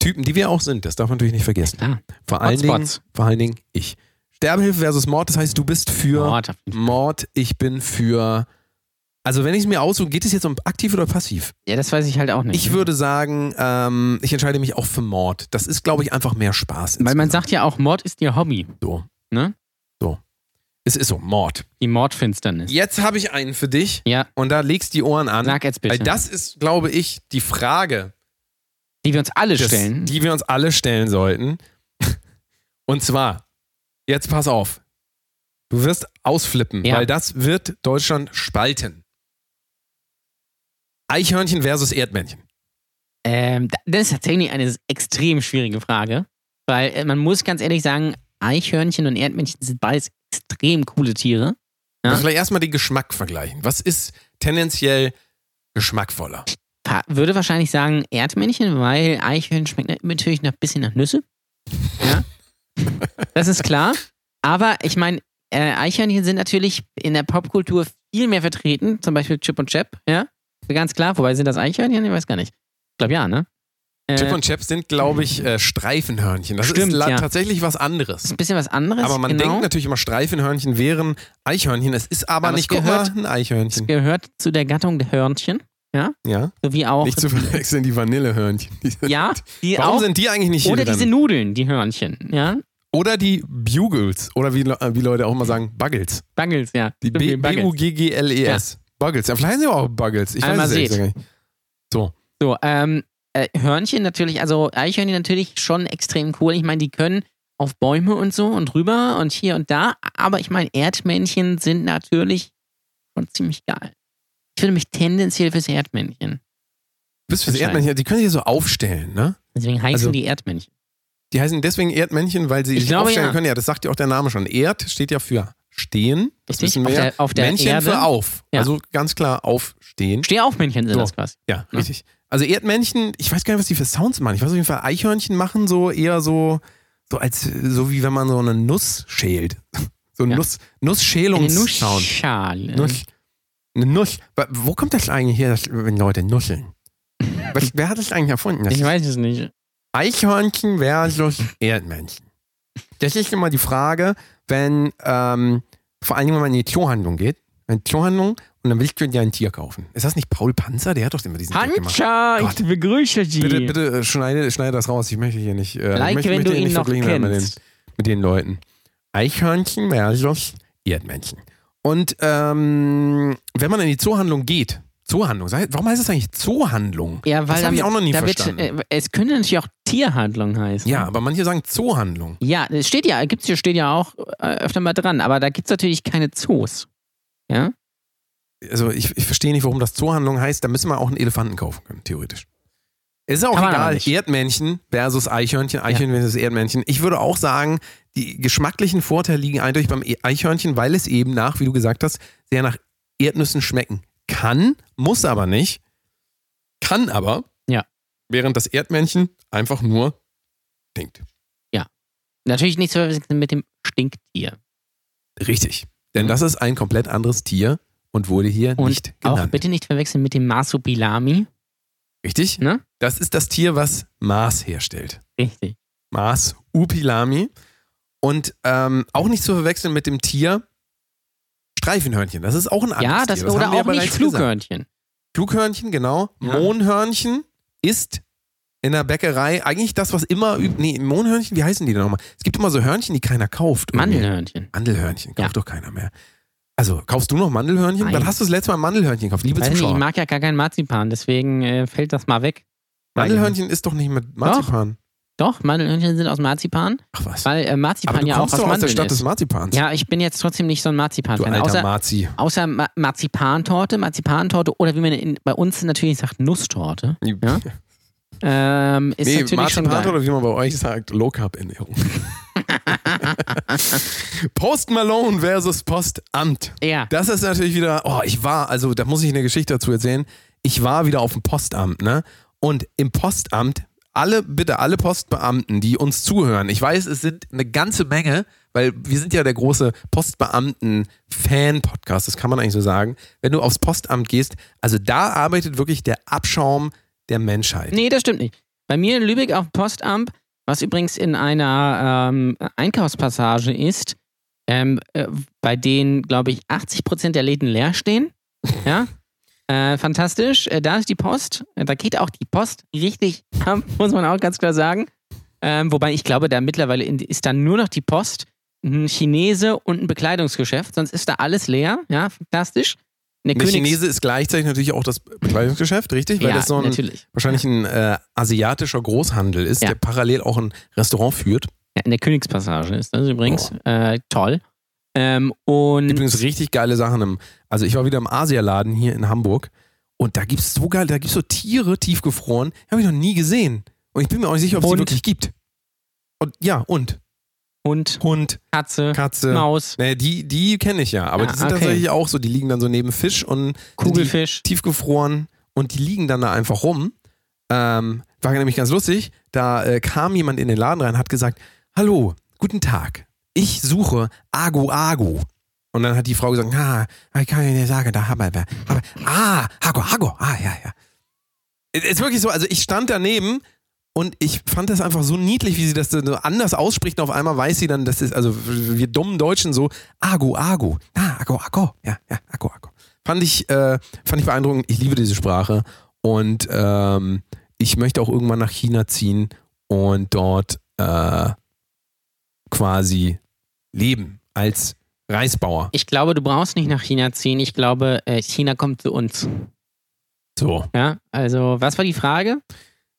Typen, die wir auch sind. Das darf man natürlich nicht vergessen. Klar. Vor allen, Dingen, Hotspots. vor allen Dingen ich. Sterbehilfe versus Mord, das heißt, du bist für Mord. Mord, ich bin für. Also, wenn ich es mir aussuche, geht es jetzt um aktiv oder passiv? Ja, das weiß ich halt auch nicht. Ich würde sagen, ähm, ich entscheide mich auch für Mord. Das ist, glaube ich, einfach mehr Spaß. Weil man insgesamt. sagt ja auch, Mord ist ihr Hobby, so. ne? So. Es ist so, Mord. die Mordfinsternis. Jetzt habe ich einen für dich. Ja. Und da legst die Ohren an. Sag jetzt Weil bitte. das ist, glaube ich, die Frage, die wir uns alle des- stellen. die wir uns alle stellen sollten. Und zwar, jetzt pass auf. Du wirst ausflippen, Ja. weil das wird Deutschland spalten. Eichhörnchen versus Erdmännchen. Ähm, da- das ist tatsächlich eine extrem schwierige Frage, weil äh, man muss ganz ehrlich sagen, Eichhörnchen und Erdmännchen sind beides extrem coole Tiere. Ja. Vielleicht erstmal den Geschmack vergleichen. Was ist tendenziell geschmackvoller? Pa- Würde wahrscheinlich sagen Erdmännchen, weil Eichhörnchen schmeckt na- natürlich noch ein bisschen nach Nüsse. Ja. das ist klar. Aber ich meine, äh, Eichhörnchen sind natürlich in der Popkultur viel mehr vertreten, zum Beispiel Chip und Chap, ja. ganz klar. Wobei sind das Eichhörnchen? Ich weiß gar nicht. Ich glaube ja, ne? Äh, Chip und Chap sind, glaube ich, äh, Streifenhörnchen. Das Stimmt, ist la- ja. tatsächlich was anderes. ist ein bisschen was anderes. Aber man genau. denkt natürlich immer, Streifenhörnchen wären Eichhörnchen. Es ist aber, Aber es nicht guck gehört- mal, ein Es Eichhörnchen. gehört zu der Gattung der Hörnchen, Ja. sowie auch. Nicht zu verwechseln, die Vanillehörnchen. Die- ja, die Warum auch. sind die eigentlich nicht hier oder drin? diese Nudeln, die Hörnchen, ja? Oder die Bugles. Oder wie, Le- äh, wie Leute auch immer sagen, Buggles. Buggles, ja. Die Stimmt, B- Buggles. B-U-G-G-L-E-S. E Buggles. Ja, vielleicht sind sie aber auch Buggles. Ich weiß Einmal es ehrlich seht. gesagt nicht. So, ähm, äh, Hörnchen natürlich, also Eichhörnchen natürlich schon extrem cool. Ich meine, die können auf Bäume und so und rüber und hier und da, aber ich meine, Erdmännchen sind natürlich schon ziemlich geil. Ich würde mich tendenziell fürs Erdmännchen. Bis fürs Wahrscheinlich. Erdmännchen. Die können sich so aufstellen, ne? Deswegen heißen Also, die Erdmännchen. Die heißen deswegen Erdmännchen, weil sie Ich sich glaube, aufstellen ja. können. Ja, das sagt ja auch der Name schon. Erd steht ja für stehen. Das Richtig? wissen wir Auf ja. der- auf der Männchen Erde. für auf. Ja. Also ganz klar aufstehen. Stehaufmännchen sind So. das quasi. Ja, Ja. richtig. Also Erdmännchen, ich weiß gar nicht, was die für Sounds machen. Ich weiß auf jeden Fall, Eichhörnchen machen so eher so, so als so wie wenn man so eine Nuss schält. So ein Ja. Nuss, Eine Nussschälungssound. Nussschale. Nuss. Eine Nuss. Wa- Wo kommt das eigentlich her, dass, wenn Leute nuscheln? Was, wer hat das eigentlich erfunden? Das Ich weiß es nicht. Eichhörnchen versus Erdmännchen. Das ist immer die Frage, wenn, ähm, vor allem wenn man in die Tierhandlung geht, in die Tierhandlung und dann willst du dir ein Tier kaufen. Ist das nicht Paul Panzer? Der hat doch immer diesen Gag gemacht. Hancha, Gott. ich begrüße Sie. Bitte, bitte äh, schneide, schneide das raus. Ich möchte hier nicht. Äh, ich like, möchte, wenn möchte du hier ihn nicht noch verglichen werden Mit, kennst. den, mit den Leuten. Eichhörnchen versus Erdmännchen. Und ähm, wenn man in die Zoohandlung geht, Zoohandlung, sei- warum heißt das eigentlich Zoohandlung? Ja, weil das habe ich damit- auch noch nie da wird- verstanden. äh, es könnte natürlich auch Tierhandlung heißen. ja, aber manche sagen Zoohandlung. Ja, es steht ja, gibt's hier, steht ja auch äh, öfter mal dran, aber da gibt's natürlich keine Zoos. Ja? Also ich, ich verstehe nicht, warum das Zoohandlung heißt. Da müssen wir auch einen Elefanten kaufen können, theoretisch. Ist auch Kann man aber egal, nicht. Erdmännchen versus Eichhörnchen, Eichhörnchen versus Erdmännchen. Ich würde auch sagen, die geschmacklichen Vorteile liegen eindeutig beim E- Eichhörnchen, weil es eben nach, wie du gesagt hast, sehr nach Erdnüssen schmecken kann, muss aber nicht, kann aber, Ja. während das Erdmännchen einfach nur stinkt. Natürlich nichts verwechseln mit dem Stinktier. Richtig. Denn das ist ein komplett anderes Tier und wurde hier Mhm. Und nicht auch genannt. bitte nicht verwechseln mit dem Masopilami. Richtig? Ne? Das ist das Tier, was Mars herstellt. Richtig. Mars Upilami. Und ähm, auch nicht zu verwechseln mit dem Tier Streifenhörnchen. Das ist auch ein anderes ja, das, Tier. oder haben wir auch ja nicht bereits gesagt. Flughörnchen. Flughörnchen, genau. Ja. Mohnhörnchen ist in der Bäckerei eigentlich das, was immer übt. Nee, Mohnhörnchen, wie heißen die denn nochmal? Es gibt immer so Hörnchen, die keiner kauft. irgendwie. Mandelhörnchen. Mandelhörnchen, kauft Ja. doch keiner mehr. Also, kaufst du noch Mandelhörnchen? Nein. Wann hast du das letzte Mal Mandelhörnchen gekauft? Liebe Weiß nicht, ich Zuschauer, mag ja gar kein Marzipan, deswegen äh, fällt das mal weg. Mandelhörnchen ist doch nicht mit Marzipan. Doch, Mandelhörnchen sind aus Marzipan, Ach was. weil äh, Marzipan Aber du ja auch kommst aus doch aus der Mandeln Stadt des ist. Marzipans. Ja, ich bin jetzt trotzdem nicht so ein du Marzipan-Fan. alter Außer, Marzi. außer Ma Marzipantorte, Marzipantorte oder wie man in, bei uns natürlich sagt, Nusstorte. Ja? Ähm, ist Nee, natürlich schon Marzipan geil. oder wie man bei euch sagt, Low Carb Ernährung. Post Malone versus Postamt. Ja. Das ist natürlich wieder, oh, ich war, also da muss ich eine Geschichte dazu erzählen. Ich war wieder auf dem Postamt, ne? Und im Postamt, alle, bitte, alle Postbeamten, die uns zuhören, ich weiß, es sind eine ganze Menge, weil wir sind ja der große Postbeamten-Fan-Podcast, das kann man eigentlich so sagen. Wenn du aufs Postamt gehst, also da arbeitet wirklich der Abschaum der Menschheit. Nee, das stimmt nicht. Bei mir in Lübeck auf dem Postamt, was übrigens in einer ähm, Einkaufspassage ist, ähm, äh, bei denen, glaube ich, 80 Prozent der Läden leer stehen. Ja. Äh, fantastisch. Äh, da ist die Post. Äh, Da geht auch die Post richtig ab, muss man auch ganz klar sagen. Ähm, wobei ich glaube, da mittlerweile in, ist dann nur noch die Post, ein Chinese und ein Bekleidungsgeschäft. Sonst ist da alles leer. Ja, fantastisch. Eine Der Königs- Chinese ist gleichzeitig natürlich auch das Bekleidungsgeschäft, richtig? Weil ja, das so ein, natürlich. wahrscheinlich ein äh, asiatischer Großhandel ist, Ja. der parallel auch ein Restaurant führt. Ja, in der Königspassage ist das übrigens. Äh, toll. Ähm, und Übrigens richtig geile Sachen. Im, also ich war wieder im Asialaden hier in Hamburg und da gibt es so geil, da gibt es so Tiere tiefgefroren, die habe ich noch nie gesehen. Und ich bin mir auch nicht sicher, ob es die Hund. wirklich gibt. Und ja, und. Hund, Hund, Katze, Katze. Maus, Naja, die, die kenne ich ja, aber Ah, die sind okay. tatsächlich auch so, die liegen dann so neben Fisch und sind die- Kugelfisch. tiefgefroren und die liegen dann da einfach rum. Ähm, war nämlich ganz lustig. Da äh, kam jemand in den Laden rein, hat gesagt: Hallo, guten Tag. Ich suche Agu Agu. Und Und dann hat die Frau gesagt, ah, ich kann dir sagen, da haben wir, aber, ah, Hago, Hago, ah, ja, ja. Es Ist wirklich so, also ich stand daneben und ich fand das einfach so niedlich, wie sie das so anders ausspricht und auf einmal weiß sie dann, das ist, also wir dummen Deutschen so, Ago, Ago, ah, Ago, Ago, ja, ja, Ago, Ago. Fand ich, äh, fand ich beeindruckend, ich liebe diese Sprache und ähm, ich möchte auch irgendwann nach China ziehen und dort äh, quasi leben als Reisbauer. Ich glaube, du brauchst nicht nach China ziehen. Ich glaube, äh, China kommt zu uns. So. Ja, also, was war die Frage?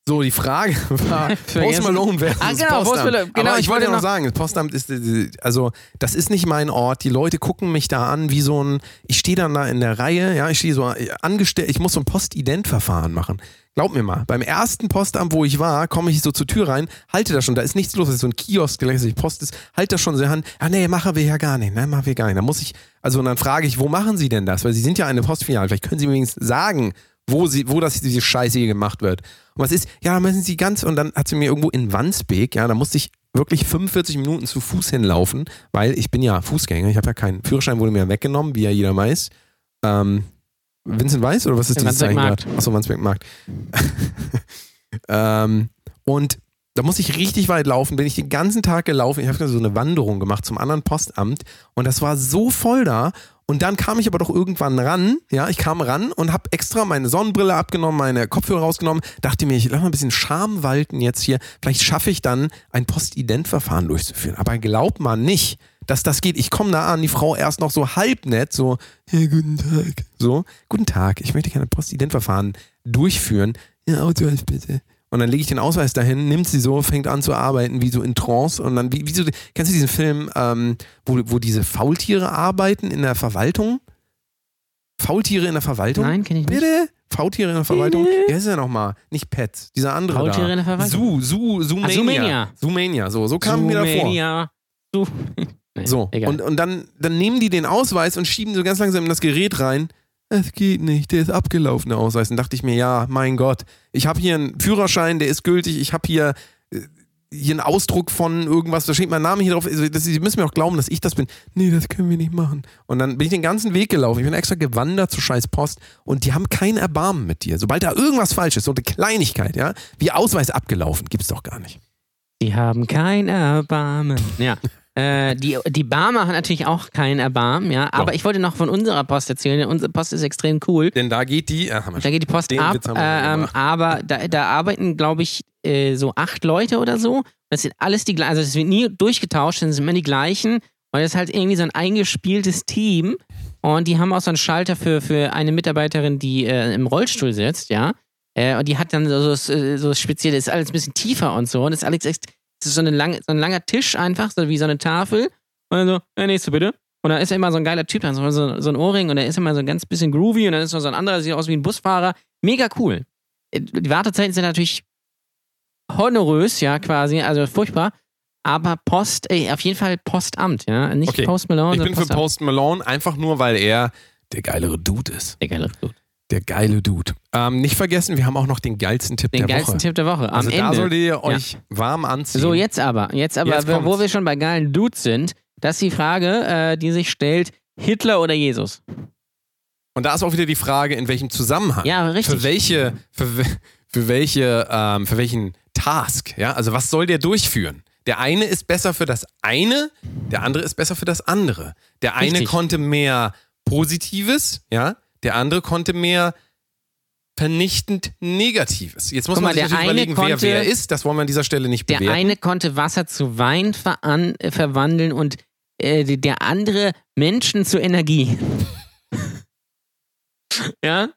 So, die Frage war, Post Vergessen. Malone versus Ah, genau, Post Postamt. Malone. Genau, Aber ich, wollte ich wollte ja noch noch- sagen, das Postamt ist, äh, also das ist nicht mein Ort. Die Leute gucken mich da an wie so ein, ich stehe dann da in der Reihe, ja, ich stehe so äh, angestellt, ich muss so ein Postident-Verfahren machen. Glaub mir mal, beim ersten Postamt, wo ich war, komme ich so zur Tür rein, halte da schon, da ist nichts los, das ist so ein Kiosk, gleichzeitig Post ist, halte da schon so in der Hand, ah nee, machen wir ja gar nicht, nein, machen wir gar nicht. Da muss ich, also und dann frage ich, wo machen Sie denn das? Weil Sie sind ja eine Postfiliale, vielleicht können Sie mir wenigstens sagen, wo, sie, wo das, diese Scheiße hier gemacht wird. Und was ist, ja, da müssen sie ganz, und dann hat sie mir irgendwo in Wandsbek, ja, da musste ich wirklich 45 Minuten zu Fuß hinlaufen, weil ich bin ja Fußgänger, ich habe ja keinen Führerschein, wurde mir weggenommen, wie ja jeder weiß. Ähm, Vincent Weiß oder was ist In dieses Zeichen? Wandsbek-Markt. gerade? Achso, Wandsbek Markt. ähm, und da musste ich richtig weit laufen, bin ich den ganzen Tag gelaufen. Ich habe so eine Wanderung gemacht zum anderen Postamt und das war so voll da. Und dann kam ich aber doch irgendwann ran, ja, ich kam ran und habe extra meine Sonnenbrille abgenommen, meine Kopfhörer rausgenommen, dachte mir, ich lass mal ein bisschen Scham walten jetzt hier, vielleicht schaffe ich dann ein Postident-Verfahren durchzuführen. Aber glaubt man nicht, dass das geht. Ich komme da an, die Frau erst noch so halb nett, so, hey, guten Tag. So, guten Tag, ich möchte gerne Postidentverfahren durchführen. Ja, Ausweis bitte. Und dann lege ich den Ausweis dahin, nimmt sie so, fängt an zu arbeiten, wie so in Trance. Und dann, wie, wie so, kennst du diesen Film, ähm, wo, wo diese Faultiere arbeiten in der Verwaltung? Faultiere in der Verwaltung? Nein, kenne ich nicht. Bitte? Faultiere in der Verwaltung? Wie heißt der nochmal? Nicht Pets, dieser andere Faultiere da. in der Su, Verwaltung? Su, Sumania. Sumania. Sumania, so, so kam mir davor. Sumania. Su- Nee, So, egal. und, äh, und dann, dann nehmen die den Ausweis und schieben so ganz langsam in das Gerät rein. Es geht nicht, der ist abgelaufen, der Ausweis. Und dachte ich mir, ja, mein Gott, ich habe hier einen Führerschein, der ist gültig, ich habe hier, äh, hier einen Ausdruck von irgendwas, da steht mein Name hier drauf. Also, das, sie müssen mir auch glauben, dass ich das bin. Nee, das können wir nicht machen. Und dann bin ich den ganzen Weg gelaufen, ich bin extra gewandert zur scheiß Post und die haben kein Erbarmen mit dir. Sobald da irgendwas falsch ist, so eine Kleinigkeit, ja, wie Ausweis abgelaufen, gibt's doch gar nicht. Die haben kein Erbarmen. Ja. Äh, die, die Barmer hat natürlich auch kein Erbarmen, ja. Aber ich wollte noch von unserer Post erzählen. denn Unsere Post ist extrem cool. Denn da geht die, ah, haben wir Da geht die Post Den ab. Witz haben wir schon ähm, gemacht. aber da, da arbeiten, glaube ich, äh, so acht Leute oder so. Das sind alles die gleichen. Also, es wird nie durchgetauscht, das sind immer die gleichen. Und das ist halt irgendwie so ein eingespieltes Team. Und die haben auch so einen Schalter für, für eine Mitarbeiterin, die äh, im Rollstuhl sitzt, ja. Äh, und die hat dann so, so, äh, so speziell, ist alles ein bisschen tiefer und so. Und das ist alles echt, das ist so, eine lange, so ein langer Tisch einfach, so wie so eine Tafel. Und dann so, der nächste bitte. Und da ist immer so ein geiler Typ, dann so, so so ein Ohrring und da ist immer so ein ganz bisschen groovy und dann ist noch so ein anderer, der sieht aus wie ein Busfahrer. Mega cool. Äh, Die Wartezeiten sind natürlich honorös, ja, quasi, also furchtbar. Aber Post, ey, auf jeden Fall Postamt, ja. Nicht Okay. Post Malone, Ich sondern bin für Postamt. Post Malone, einfach nur, weil er der geilere Dude ist. Der geile Dude. Der geile Dude. Ähm, nicht vergessen, wir haben auch noch den geilsten Tipp der Den geilsten Woche. Tipp der Woche. Am also Ende. da solltet ihr euch warm anziehen. So, jetzt aber, jetzt aber, Jetzt wo- kommt's. wo wir schon bei geilen Dudes sind, das ist die Frage, äh, die sich stellt, Hitler oder Jesus? Und da ist auch wieder die Frage, in welchem Zusammenhang. Ja, Für richtig. welche, für, we- für welche, ähm, für welchen Task, ja? Also was soll der durchführen? Der eine ist besser für das eine, der andere ist besser für das andere. Der eine Richtig. konnte mehr Positives, ja, der andere konnte mehr vernichtend Negatives. Jetzt muss Guck man mal, sich der natürlich eine überlegen, wer konnte- wer ist. Das wollen wir an dieser Stelle nicht Der bewerten. eine konnte Wasser zu Wein veran äh, verwandeln und äh, die- der andere Menschen zu Energie. ja?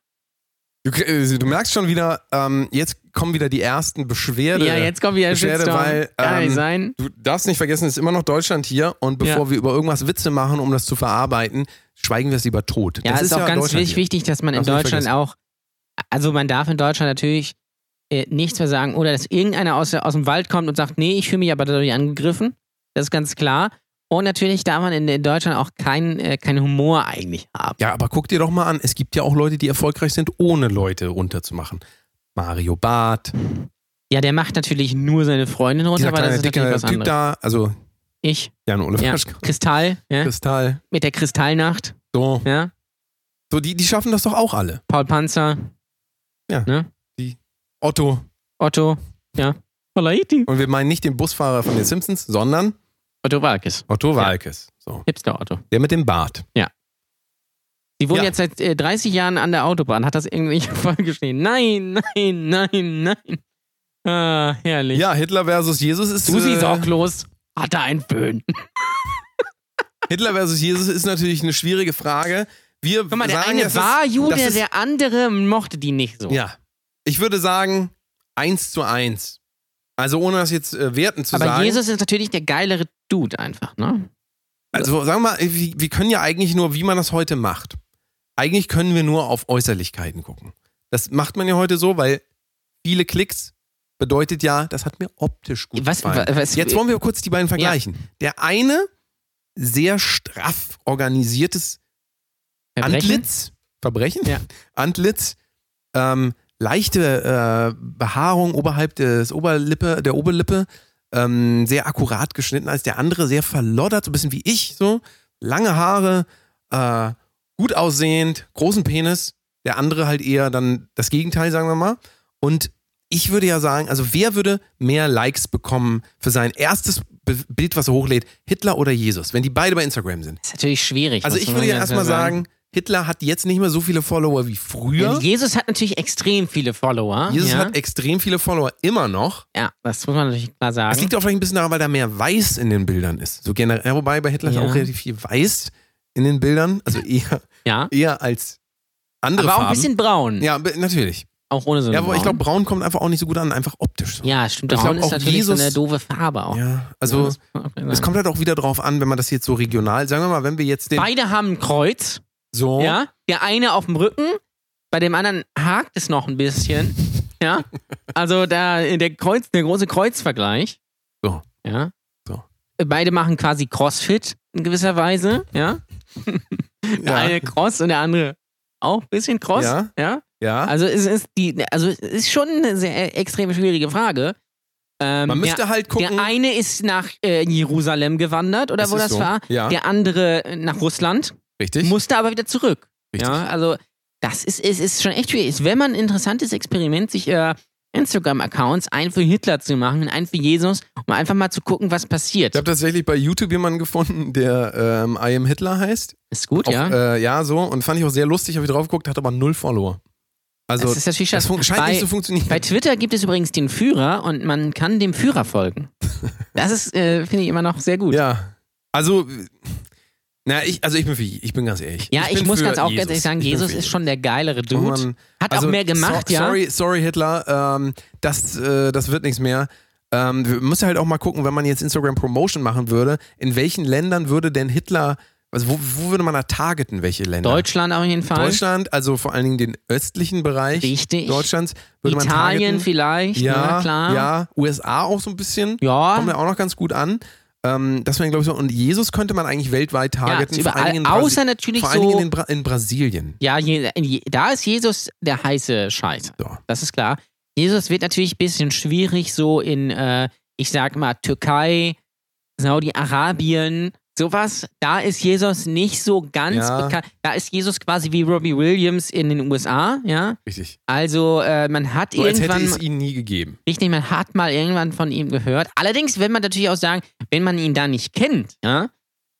Du, k- äh, du merkst schon wieder, ähm, jetzt kommen wieder die ersten Beschwerde. Ja, jetzt kommt wieder ein Beschwerde, Shitstorm. weil, Kann ähm, nicht sein. Du darfst nicht vergessen, es ist immer noch Deutschland hier und bevor wir über irgendwas Witze machen, um das zu verarbeiten, schweigen wir es lieber tot. Ja, das es ist auch ganz Deutschland wichtig, wichtig, dass man in Darfst du nicht Deutschland auch, also man darf in Deutschland natürlich äh, nichts mehr sagen oder dass irgendeiner aus, der- aus dem Wald kommt und sagt, nee, ich fühle mich aber dadurch angegriffen. Das ist ganz klar. Und natürlich darf man in, in Deutschland auch keinen äh, keinen Humor eigentlich haben. Hier. Ja, aber guck dir doch mal an, es gibt ja auch Leute, die erfolgreich sind, ohne Leute runterzumachen. Mario Barth, Ja, der macht natürlich nur seine Freundin runter, dieser aber kleine das ist natürlich dicke was Typ anderes. da, also Ich. Jan Ole Ja. Waschkau. Kristall, ja. Kristall. Mit der Kristallnacht, So, ja. so die, die schaffen das doch auch alle. Paul Panzer, Ne? Otto. Otto, ja. Olaiti. Und wir meinen nicht den Busfahrer von den Simpsons, sondern Otto Walkes. Otto Walkes. So. Hipster Otto. Der mit dem Bart. Sie wohnt Ja. jetzt seit äh, 30 Jahren an der Autobahn. Hat das irgendwelche Folge geschrieben? Nein, nein, nein, nein. Ah, herrlich. Ja, Hitler versus Jesus ist. Susi äh, sorglos. Hat er einen Föhn. Hitler versus Jesus ist natürlich eine schwierige Frage. Wir Guck mal, der sagen, eine es war ist, das Jude, ist, der andere mochte die nicht so. Ja. Ich würde sagen, eins zu eins. Also ohne das jetzt äh, werten zu Aber sagen. Jesus ist natürlich der geilere Dude einfach, ne? also sagen wir mal, wir, wir können ja eigentlich nur, wie man das heute macht. Eigentlich können wir nur auf Äußerlichkeiten gucken. Das macht man ja heute so, weil viele Klicks bedeutet ja, das hat mir optisch gut Was, gefallen. was, Jetzt wollen wir kurz die beiden vergleichen. Der eine, sehr straff organisiertes Verbrechen? Antlitz. Verbrechen? Ja. Antlitz. Ähm, leichte äh, Behaarung oberhalb des Oberlippe, der Oberlippe. Ähm, sehr akkurat geschnitten als der andere, sehr verloddert, so ein bisschen wie ich. So. Lange Haare, äh, gut aussehend, großen Penis. Der andere halt eher dann das Gegenteil, sagen wir mal. Und ich würde ja sagen, also wer würde mehr Likes bekommen für sein erstes Be Bild, was er hochlädt? Hitler oder Jesus? Wenn die beide bei Instagram sind. Das ist natürlich schwierig. Also muss ich man würde ja ganz erstmal klar sagen, Hitler hat jetzt nicht mehr so viele Follower wie früher. Denn Jesus hat natürlich extrem viele Follower. Jesus ja? hat extrem viele Follower immer noch. ja, das muss man natürlich klar Das sagen. liegt auch vielleicht ein bisschen daran, weil da mehr weiß in den Bildern ist. So generell, ja, wobei bei Hitler Ja. ist auch relativ viel weiß in den Bildern, also eher, Ja. eher als andere Aber auch Farben. ein bisschen Genau. braun. ja, be- natürlich. Auch ohne so Ja, einen aber ich Braun. glaube, braun kommt einfach auch nicht so gut an, einfach optisch. So. Ja, stimmt. Ich Braun glaub, ist auch natürlich Jesus- so eine doofe Farbe auch. Ja, also das muss man auch sagen. es kommt halt auch wieder drauf an, wenn man das jetzt so regional, sagen wir mal, wenn wir jetzt den Beide haben ein Kreuz. so Ja. Der eine auf dem Rücken, bei dem anderen hakt es noch ein bisschen. Ja. Also da der Kreuz, der große Kreuzvergleich. So. Ja. So. Beide machen quasi Crossfit in gewisser Weise. Ja. Der Ja. eine Cross und der andere auch ein bisschen Cross. Ja. ja? ja. Also es ist die, also es ist schon eine sehr äh, extrem schwierige Frage. Ähm, man müsste der, halt gucken. der eine ist nach äh, Jerusalem gewandert oder Das wo ist das so. war. Ja. Der andere äh, nach Russland, richtig? musste aber wieder zurück. Richtig. Ja, also das ist, ist, ist schon echt schwierig. Ist, wenn man ein interessantes Experiment, sich äh, Instagram-Accounts, einen für Hitler zu machen und einen für Jesus, um einfach mal zu gucken, was passiert. Ich habe tatsächlich bei YouTube jemanden gefunden, der ähm, I am Hitler heißt. ist gut, Auf, ja. äh, ja, so. Und fand ich auch sehr lustig, habe ich drauf geguckt, hat aber null Follower. Also, das ist natürlich das schade. fun- scheint Bei- nicht zu funktionieren. Bei Twitter gibt es übrigens den Führer und man kann dem Führer folgen. Das ist, äh, finde ich, immer noch sehr gut. ja. Also, na, ich, also ich bin für, ich bin ganz ehrlich. Ja, ich, bin muss für ganz auch ganz ehrlich sagen, Ich bin Jesus für ist schon der geilere Oh Dude. Mann. Hat Also, auch mehr gemacht, so, ja. Sorry, sorry Hitler, ähm, das, äh, das wird nichts mehr. Ähm, wir müssen halt auch mal gucken, wenn man jetzt Instagram Promotion machen würde, in welchen Ländern würde denn Hitler, also wo, wo würde man da targeten, welche Länder? Deutschland auf jeden Fall. Deutschland, also vor allen Dingen den östlichen Bereich Richtig. Deutschlands. Würde man Italien targeten. vielleicht, ne, ja, na klar. Ja, USA auch so ein bisschen. Ja. Kommt ja auch noch ganz gut an. Ähm, das wäre, glaube ich, so. Und Jesus könnte man eigentlich weltweit targeten. Ja, vor allen überall, Dingen in Brasi- außer natürlich vor allen Dingen so. in, Bra in Brasilien. ja, je, in je, da ist Jesus der heiße Scheiß. So. Das ist klar. Jesus wird natürlich ein bisschen schwierig, so in, äh, ich sag mal, Türkei, Saudi-Arabien, sowas. Da ist Jesus nicht so ganz Ja. bekannt. Da ist Jesus quasi wie Robbie Williams in den USA, ja. Richtig. Also äh, man hat So als hätte irgendwann es ihn nie gegeben. Richtig, man hat mal irgendwann von ihm gehört. Allerdings, wenn man natürlich auch sagen, wenn man ihn da nicht kennt, ja,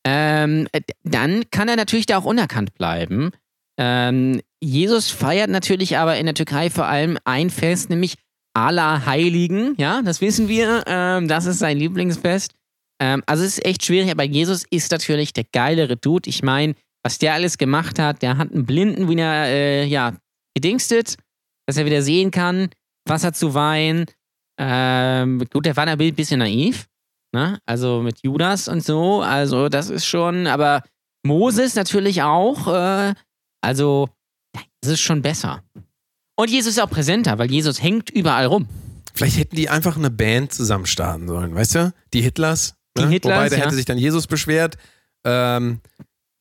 ähm, äh, dann kann er natürlich da auch unerkannt bleiben. Ähm, Jesus feiert natürlich aber in der Türkei vor allem ein Fest, nämlich aller Heiligen. Ja, das wissen wir. Ähm, das ist sein Lieblingsfest. Ähm, also es ist echt schwierig, aber Jesus ist natürlich der geilere Dude. Ich meine, was der alles gemacht hat, der hat einen Blinden wieder äh, ja, gedingstet, dass er wieder sehen kann. Wasser zu Wein. Ähm, gut, der war da ein bisschen naiv. Ne? Also mit Judas und so. Also das ist schon, aber Moses natürlich auch. Äh, also das ist schon besser. Und Jesus ist auch präsenter, weil Jesus hängt überall rum. Vielleicht hätten die einfach eine Band zusammen starten sollen, weißt du? Die Hitlers. ne? Die Hitlers, Wobei, da ja. hätte sich dann Jesus beschwert. Ähm,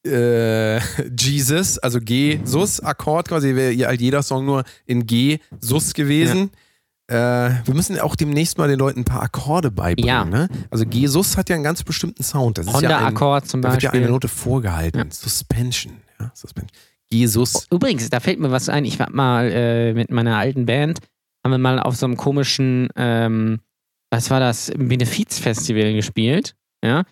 äh, Jesus, also G-Sus-Akkord quasi, wäre ihr halt jeder Song nur in G-Sus gewesen. Äh, wir müssen auch demnächst mal den Leuten ein paar Akkorde beibringen. Ja. Ne? Also Jesus hat ja einen ganz bestimmten Sound. Das ist ja ein- Honda-Akkord zum Da wird ja Beispiel. eine Note vorgehalten. Suspension. Ja, Suspension. Jesus. Übrigens, da fällt mir was ein. Ich war mal äh, mit meiner alten Band, haben wir mal auf so einem komischen, ähm, was war das, Benefiz-Festival gespielt. Ja.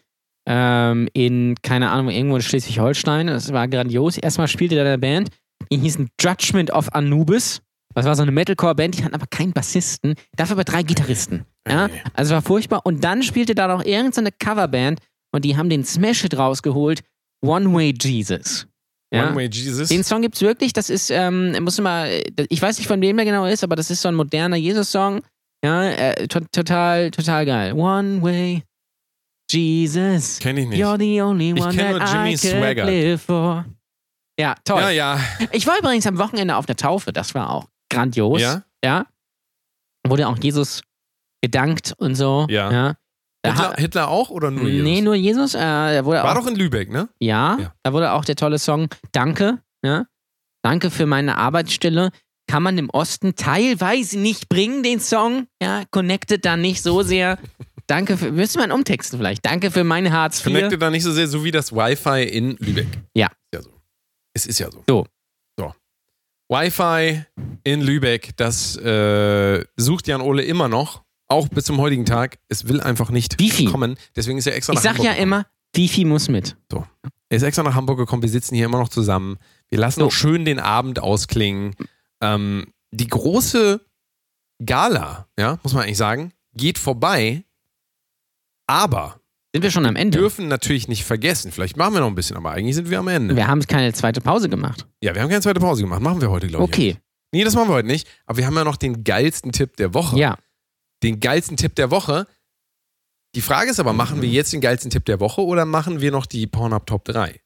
Ähm, in, keine Ahnung, irgendwo in Schleswig-Holstein. Das war grandios. Erstmal spielte da eine Band, die hießen Judgment of Anubis. Das war so eine Metalcore-Band, die hatten aber keinen Bassisten, dafür aber drei Gitarristen. Ja? Ey. Also war furchtbar. Und dann spielte da noch irgendeine Coverband und die haben den Smash-Hit rausgeholt, One Way Jesus. Ja? One Way Jesus. Den Song gibt's wirklich, das ist, ähm, muss mal, ich weiß nicht, von wem der genau ist, aber das ist so ein moderner Jesus-Song. Ja, äh, to total, total geil. One way, Jesus. Kenn ich nicht. You're the only Ich one kenn that nur Jimmy I could Swagger. live for. Ja, toll. Ja, ja. Ich war übrigens am Wochenende auf der Taufe, das war auch grandios. Ja? Ja. Wurde auch Jesus gedankt und so. Ja. Da Hitler, ha- Hitler auch oder nur Jesus? nee, nur Jesus. Äh, da wurde auch War doch in Lübeck, ne? ja, Ja. da wurde auch der tolle Song Danke. Ja? Danke für meine Arbeitsstelle. Kann man im Osten teilweise nicht bringen, den Song. Ja, connected da nicht so sehr. Danke für, müsste man umtexten vielleicht. Danke für mein Hartz IV. Connected da nicht so sehr, so wie das Wi-Fi in Lübeck. Ja. Ist ja so. Es ist ja so. So. So. Wi-Fi in Lübeck, das äh, sucht Jan Ole immer noch, auch bis zum heutigen Tag. Es will einfach nicht Wifi. kommen. Deswegen ist er extra Ich nach sag Hamburg ja gekommen. immer, Fifi muss mit. Er ist extra nach Hamburg gekommen. Wir sitzen hier immer noch zusammen. Wir lassen So. auch schön den Abend ausklingen. Ähm, die große Gala, ja, muss man eigentlich sagen, geht vorbei. Aber Sind wir schon am Ende? dürfen natürlich nicht vergessen, vielleicht machen wir noch ein bisschen, aber eigentlich sind wir am Ende. Wir haben keine zweite Pause gemacht. Ja, wir haben keine zweite Pause gemacht. Machen wir heute, glaube ich. Okay, Nee, das machen wir heute nicht. Aber wir haben ja noch den geilsten Tipp der Woche. ja. Den geilsten Tipp der Woche. Die Frage ist aber, machen Mhm. wir jetzt den geilsten Tipp der Woche oder machen wir noch die Pornhub Top 3?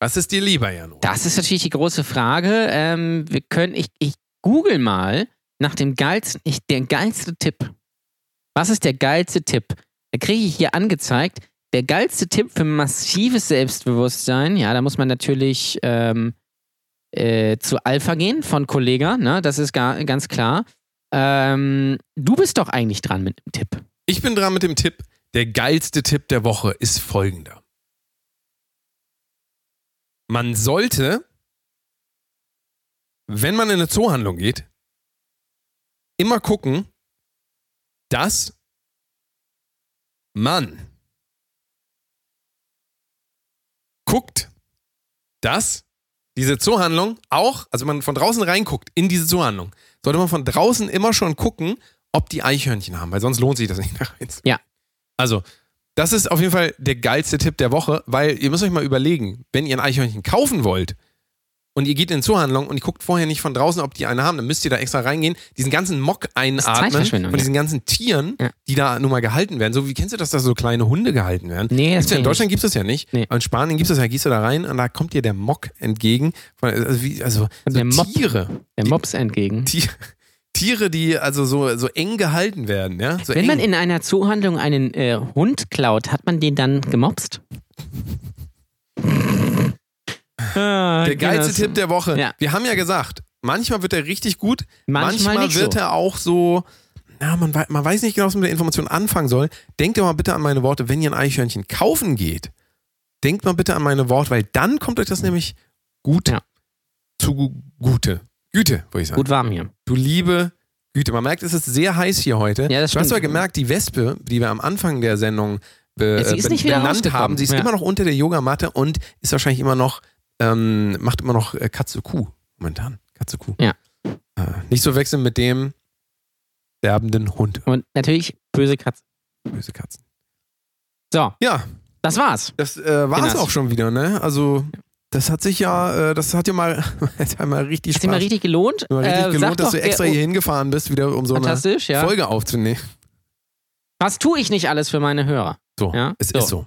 Was ist dir lieber, Jano? Das ist natürlich die große Frage. Ähm, wir können, ich, ich google mal nach dem geilsten, ich, der geilste Tipp. Was ist der geilste Tipp? Da kriege ich hier angezeigt, der geilste Tipp für massives Selbstbewusstsein. Ja, da muss man natürlich ähm, äh, zu Alpha gehen von Kollega, ne? Das ist gar, ganz klar. Ähm, du bist doch eigentlich dran mit dem Tipp. Ich bin dran mit dem Tipp. Der geilste Tipp der Woche ist folgender. Man sollte, wenn man in eine Zoohandlung geht, immer gucken, dass man guckt, dass diese Zoohandlung auch, also man von draußen reinguckt in diese Zoohandlung, sollte man von draußen immer schon gucken, ob die Eichhörnchen haben, weil sonst lohnt sich das nicht nach rein. zu- Ja. Also, das ist auf jeden Fall der geilste Tipp der Woche, weil ihr müsst euch mal überlegen, wenn ihr ein Eichhörnchen kaufen wollt und ihr geht in Zoohandlung und ihr guckt vorher nicht von draußen, ob die eine haben, dann müsst ihr da extra reingehen, diesen ganzen Mock einatmen Zeitverschwendung, von diesen ganzen Tieren, Ja. die da nun mal gehalten werden. So wie kennst du das, dass da so kleine Hunde gehalten werden? Nee, das Gibt's ja kenn ich in Deutschland gibt es das ja nicht. Nee. Aber In Spanien gibt es das ja, gehst du da rein und da kommt dir der Mock entgegen. Von, also wie, also Und so der Mob. Tiere. Der Mops entgegen. Ti- Tiere, die also so, so eng gehalten werden, ja? So Wenn eng. man in einer Zoohandlung einen äh, Hund klaut, hat man den dann gemobst? der geilste Tipp der Woche. Ja. Wir haben ja gesagt, manchmal wird er richtig gut, Manchmal manchmal, nicht wird so. er auch so. Na, man, wei- man weiß nicht genau, was man mit der Information anfangen soll. Denkt doch mal bitte an meine Worte, wenn ihr ein Eichhörnchen kaufen geht. Denkt mal bitte an meine Worte, weil dann kommt euch das nämlich gut Ja. zu gu- Gute. Güte, würde ich sagen. Gut warm hier. Du liebe Güte, man merkt, es ist sehr heiß hier heute. Ja, das du hast stimmt. aber gemerkt, die Wespe, die wir am Anfang der Sendung be Ja, sie äh, ist be- nicht wieder benannt rausgekommen. haben, sie ist Ja. immer noch unter der Yogamatte und ist wahrscheinlich immer noch, ähm, macht immer noch äh, Katze Kuh momentan. Katze Kuh. Ja. Äh, nicht so wechseln mit dem sterbenden Hund. Und natürlich böse Katze. Böse Katzen. So, Ja, das war's. das äh, war es Genau. auch schon wieder, ne? Also, das hat sich ja, äh, das hat ja mal, hat ja mal richtig Hat sich Spaß. mal richtig gelohnt. mal richtig Äh, sag gelohnt, dass doch, du extra wer- hier hingefahren bist, wieder um so eine Fantastisch, ja. Folge aufzunehmen. Was tue ich nicht alles für meine Hörer? So, Ja, es so. ist so.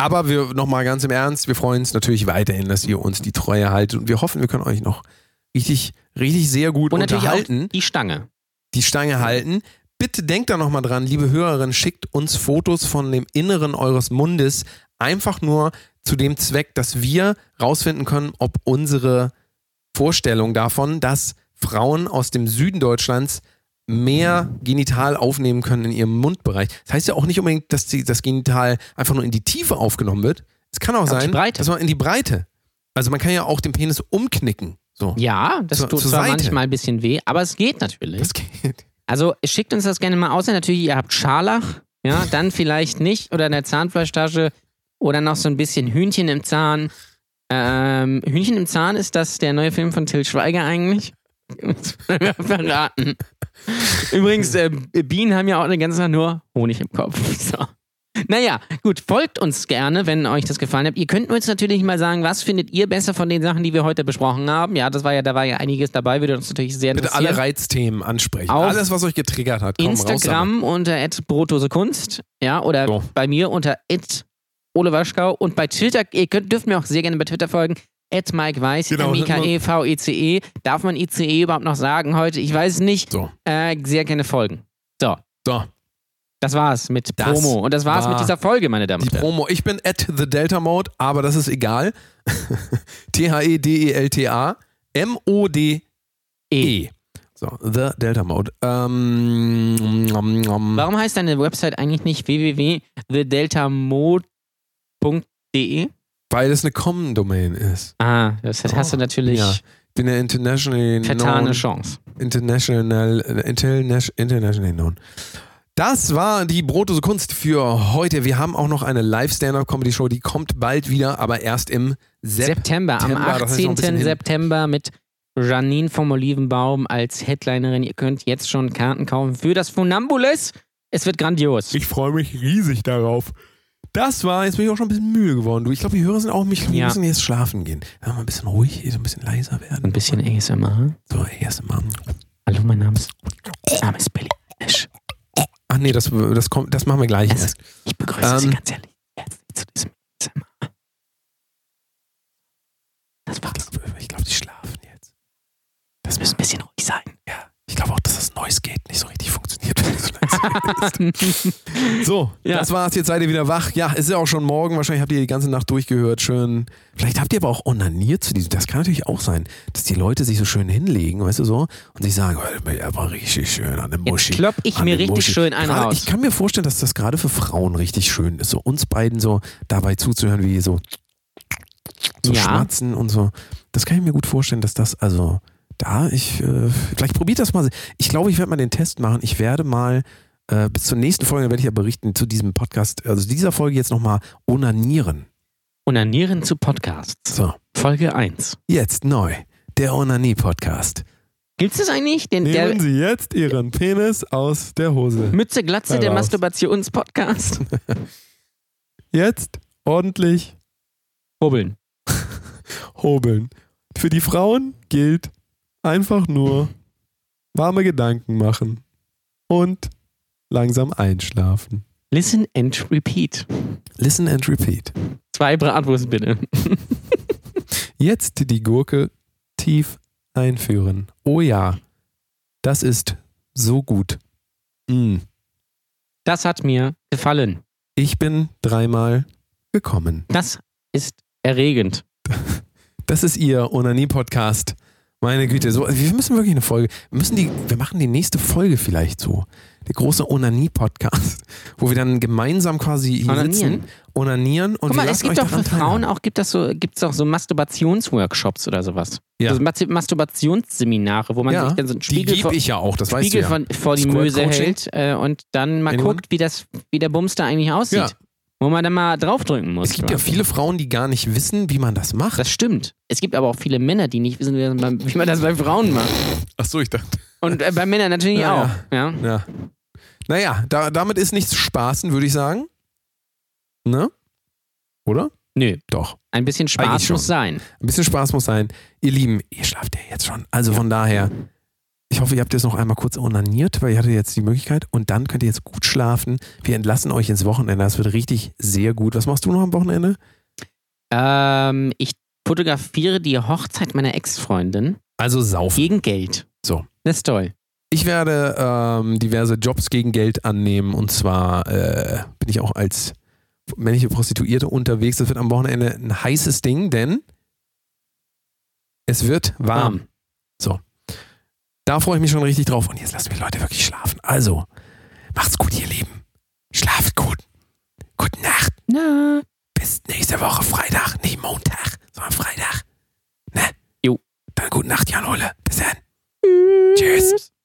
Aber wir nochmal ganz im Ernst, wir freuen uns natürlich weiterhin, dass ihr uns die Treue haltet und wir hoffen, wir können euch noch richtig, richtig sehr gut Und natürlich auch unterhalten, die Stange. die Stange halten. Bitte denkt da nochmal dran, liebe Hörerinnen, schickt uns Fotos von dem Inneren eures Mundes, einfach nur zu dem Zweck, dass wir rausfinden können, ob unsere Vorstellung davon, dass Frauen aus dem Süden Deutschlands mehr Genital aufnehmen können in ihrem Mundbereich. Das heißt ja auch nicht unbedingt, dass die, das Genital einfach nur in die Tiefe aufgenommen wird. Es kann auch die sein, Breite. dass man in die Breite. Also man kann ja auch den Penis umknicken. So. Ja, das Zur- tut zur zwar Seite. manchmal ein bisschen weh, aber es geht natürlich. Das geht. Also schickt uns das gerne mal aus. Und Natürlich, ihr habt Scharlach, ja, dann vielleicht nicht. Oder in der Zahnfleischtasche oder noch so ein bisschen Hühnchen im Zahn. Ähm, Hühnchen im Zahn ist das der neue Film von Till Schweiger eigentlich. Das wollen wir verraten. Übrigens, äh, Bienen haben ja auch eine ganze Zeit nur Honig im Kopf. So. Naja, gut, folgt uns gerne, wenn euch das gefallen hat. Ihr könnt uns natürlich mal sagen, was findet ihr besser von den Sachen, die wir heute besprochen haben. Ja, das war ja, da war ja einiges dabei, würde uns natürlich sehr Bitte interessieren. alle Reizthemen ansprechen. Auf Alles, was euch getriggert hat. Komm, raus damit. Instagram unter @brotdosekunst, ja, oder So. bei mir unter @olewaschkau und bei Twitter, ihr könnt, dürft mir auch sehr gerne bei Twitter folgen. At Mike Weiß, Genau, M I K E ne? V E C E. Darf man ICE überhaupt noch sagen heute? Ich weiß nicht. So. Äh, sehr gerne folgen. So, So, das war's mit Das Promo. Und das war's war mit dieser Folge, meine Damen die und Herren. Promo. Ich bin at the Delta Mode, aber das ist egal. E T-H-E-D-E-L-T-A M-O-D-E. E. So, the Delta Mode. Ähm, nom, nom. Warum heißt deine Website eigentlich nicht www.thedeltamode.de? Weil es eine Common-Domain ist. Ah, das hast du Oh, natürlich ja. Genau. Ich bin ja internationally vertane known. Chance. International, äh, internas- internationally known. Das war die Brotdose Kunst für heute. Wir haben auch noch eine Live-Stand-Up-Comedy-Show, die kommt bald wieder, aber erst im September. September, am September, das heißt noch ein 18. bisschen hin. September mit Janine vom Olivenbaum als Headlinerin. Ihr könnt jetzt schon Karten kaufen für das Funambules. Es wird grandios. Ich freue mich riesig darauf. Das war, jetzt bin ich auch schon ein bisschen müde geworden. Du, ich glaube, die Hörer sind auch mich, wir Ja. müssen jetzt schlafen gehen. Ja, mal ein bisschen ruhig, so ein bisschen leiser werden. Ein bisschen ASMR. So, erst mal. Hallo, mein Name ist, mein Name ist Billy. Eilish. Ach nee, das, das, kommt, das machen wir gleich Es- erst. Ich begrüße Sie Ähm. ganz herzlich herzlich zu diesem ASMR. Das war's. Ich glaube, die schlafen jetzt. Das müsste ein bisschen ruhig sein. Ja. Ich glaube auch, dass das Noise Gate nicht so richtig funktioniert. wenn du so leise So, Ja. das war's. Jetzt seid ihr wieder wach. Ja, es ist ja auch schon morgen. Wahrscheinlich habt ihr die ganze Nacht durchgehört. Schön. Vielleicht habt ihr aber auch onaniert zu diesem. Das kann natürlich auch sein, dass die Leute sich so schön hinlegen, weißt du so, und sich sagen, oh, ich aber richtig schön an dem Muschi. klopp ich an mir dem richtig schön einen gerade, raus. Ich kann mir vorstellen, dass das gerade für Frauen richtig schön ist, so uns beiden so dabei zuzuhören, wie so, so Ja. schmatzen und so. Das kann ich mir gut vorstellen, dass das also da ich äh, vielleicht probiert das mal. Ich glaube, ich werde mal den Test machen. Ich werde mal äh, bis zur nächsten Folge werde ich ja berichten zu diesem Podcast, also dieser Folge jetzt nochmal onanieren. Onanieren zu Podcasts. So, Folge 1. jetzt neu. Der Onanie-Podcast. Gibt's das eigentlich? Den, der Sie jetzt Ihren Penis aus der Hose. Mütze Glatze, der Heraus. Masturbations-Podcast? Jetzt ordentlich Hobeln. hobeln. Für die Frauen gilt einfach nur warme Gedanken machen und langsam einschlafen. Listen and repeat. Listen and repeat. Zwei Bratwurst bitte. Jetzt die Gurke tief einführen. Oh ja, das ist so gut. Mm. Das hat mir gefallen. Ich bin dreimal gekommen. Das ist erregend. Das ist ihr Onanie-Podcast. Meine Güte, so, wir müssen wirklich eine Folge. Wir, müssen die, wir machen die nächste Folge vielleicht so. Der große Onanie-Podcast, wo wir dann gemeinsam quasi hier Onanieren. sitzen, onanieren und Guck mal, wir es lassen gibt euch doch für daran Frauen teilhaben. auch, gibt das so, gibt's auch so Masturbationsworkshops oder sowas. Ja. Also Mas- Masturbationsseminare, wo man ja, sich dann so einen die Spiegel gebe vor, ich ja auch, das weißt du Spiegel ja. von, vor die Squirt Möse Coaching? hält äh, und dann mal Anyone? guckt, wie, das, wie der Bums da eigentlich aussieht. Ja. Wo man dann mal draufdrücken muss. Es gibt ja viele Frauen, die gar nicht wissen, wie man das macht. Das stimmt. Es gibt aber auch viele Männer, die nicht wissen, wie man- wie man das bei Frauen macht. Achso, ich dachte. Und äh, bei Männern natürlich Ja, auch. Ja. Ja. Naja, da, damit ist nichts spaßen, würde ich sagen. Ne? Oder? Nö, Doch. ein bisschen Eigentlich Spaß schon. muss sein. Ein bisschen Spaß muss sein. Ihr Lieben, ihr schlaft ja jetzt schon. Also von daher, ich hoffe, ihr habt jetzt noch einmal kurz onaniert, weil ihr hattet jetzt die Möglichkeit. Und dann könnt ihr jetzt gut schlafen. Wir entlassen euch ins Wochenende. Das wird richtig sehr gut. Was machst du noch am Wochenende? Ähm, ich fotografiere die Hochzeit meiner Ex-Freundin Also saufen. gegen Geld. So. Das ist toll. Ich werde ähm, diverse Jobs gegen Geld annehmen. Und zwar äh, bin ich auch als männliche Prostituierte unterwegs. Das wird am Wochenende ein heißes Ding, denn es wird warm. Warm. Da freue ich mich schon richtig drauf. Und jetzt lasst mich Leute wirklich schlafen. Also, macht's gut, ihr Lieben. Schlaft gut. Gute Nacht. Na. Bis nächste Woche Freitag. Nicht Montag, sondern Freitag. Ne? Jo. Dann gute Nacht, Jan Ole. Bis dann. Tschüss.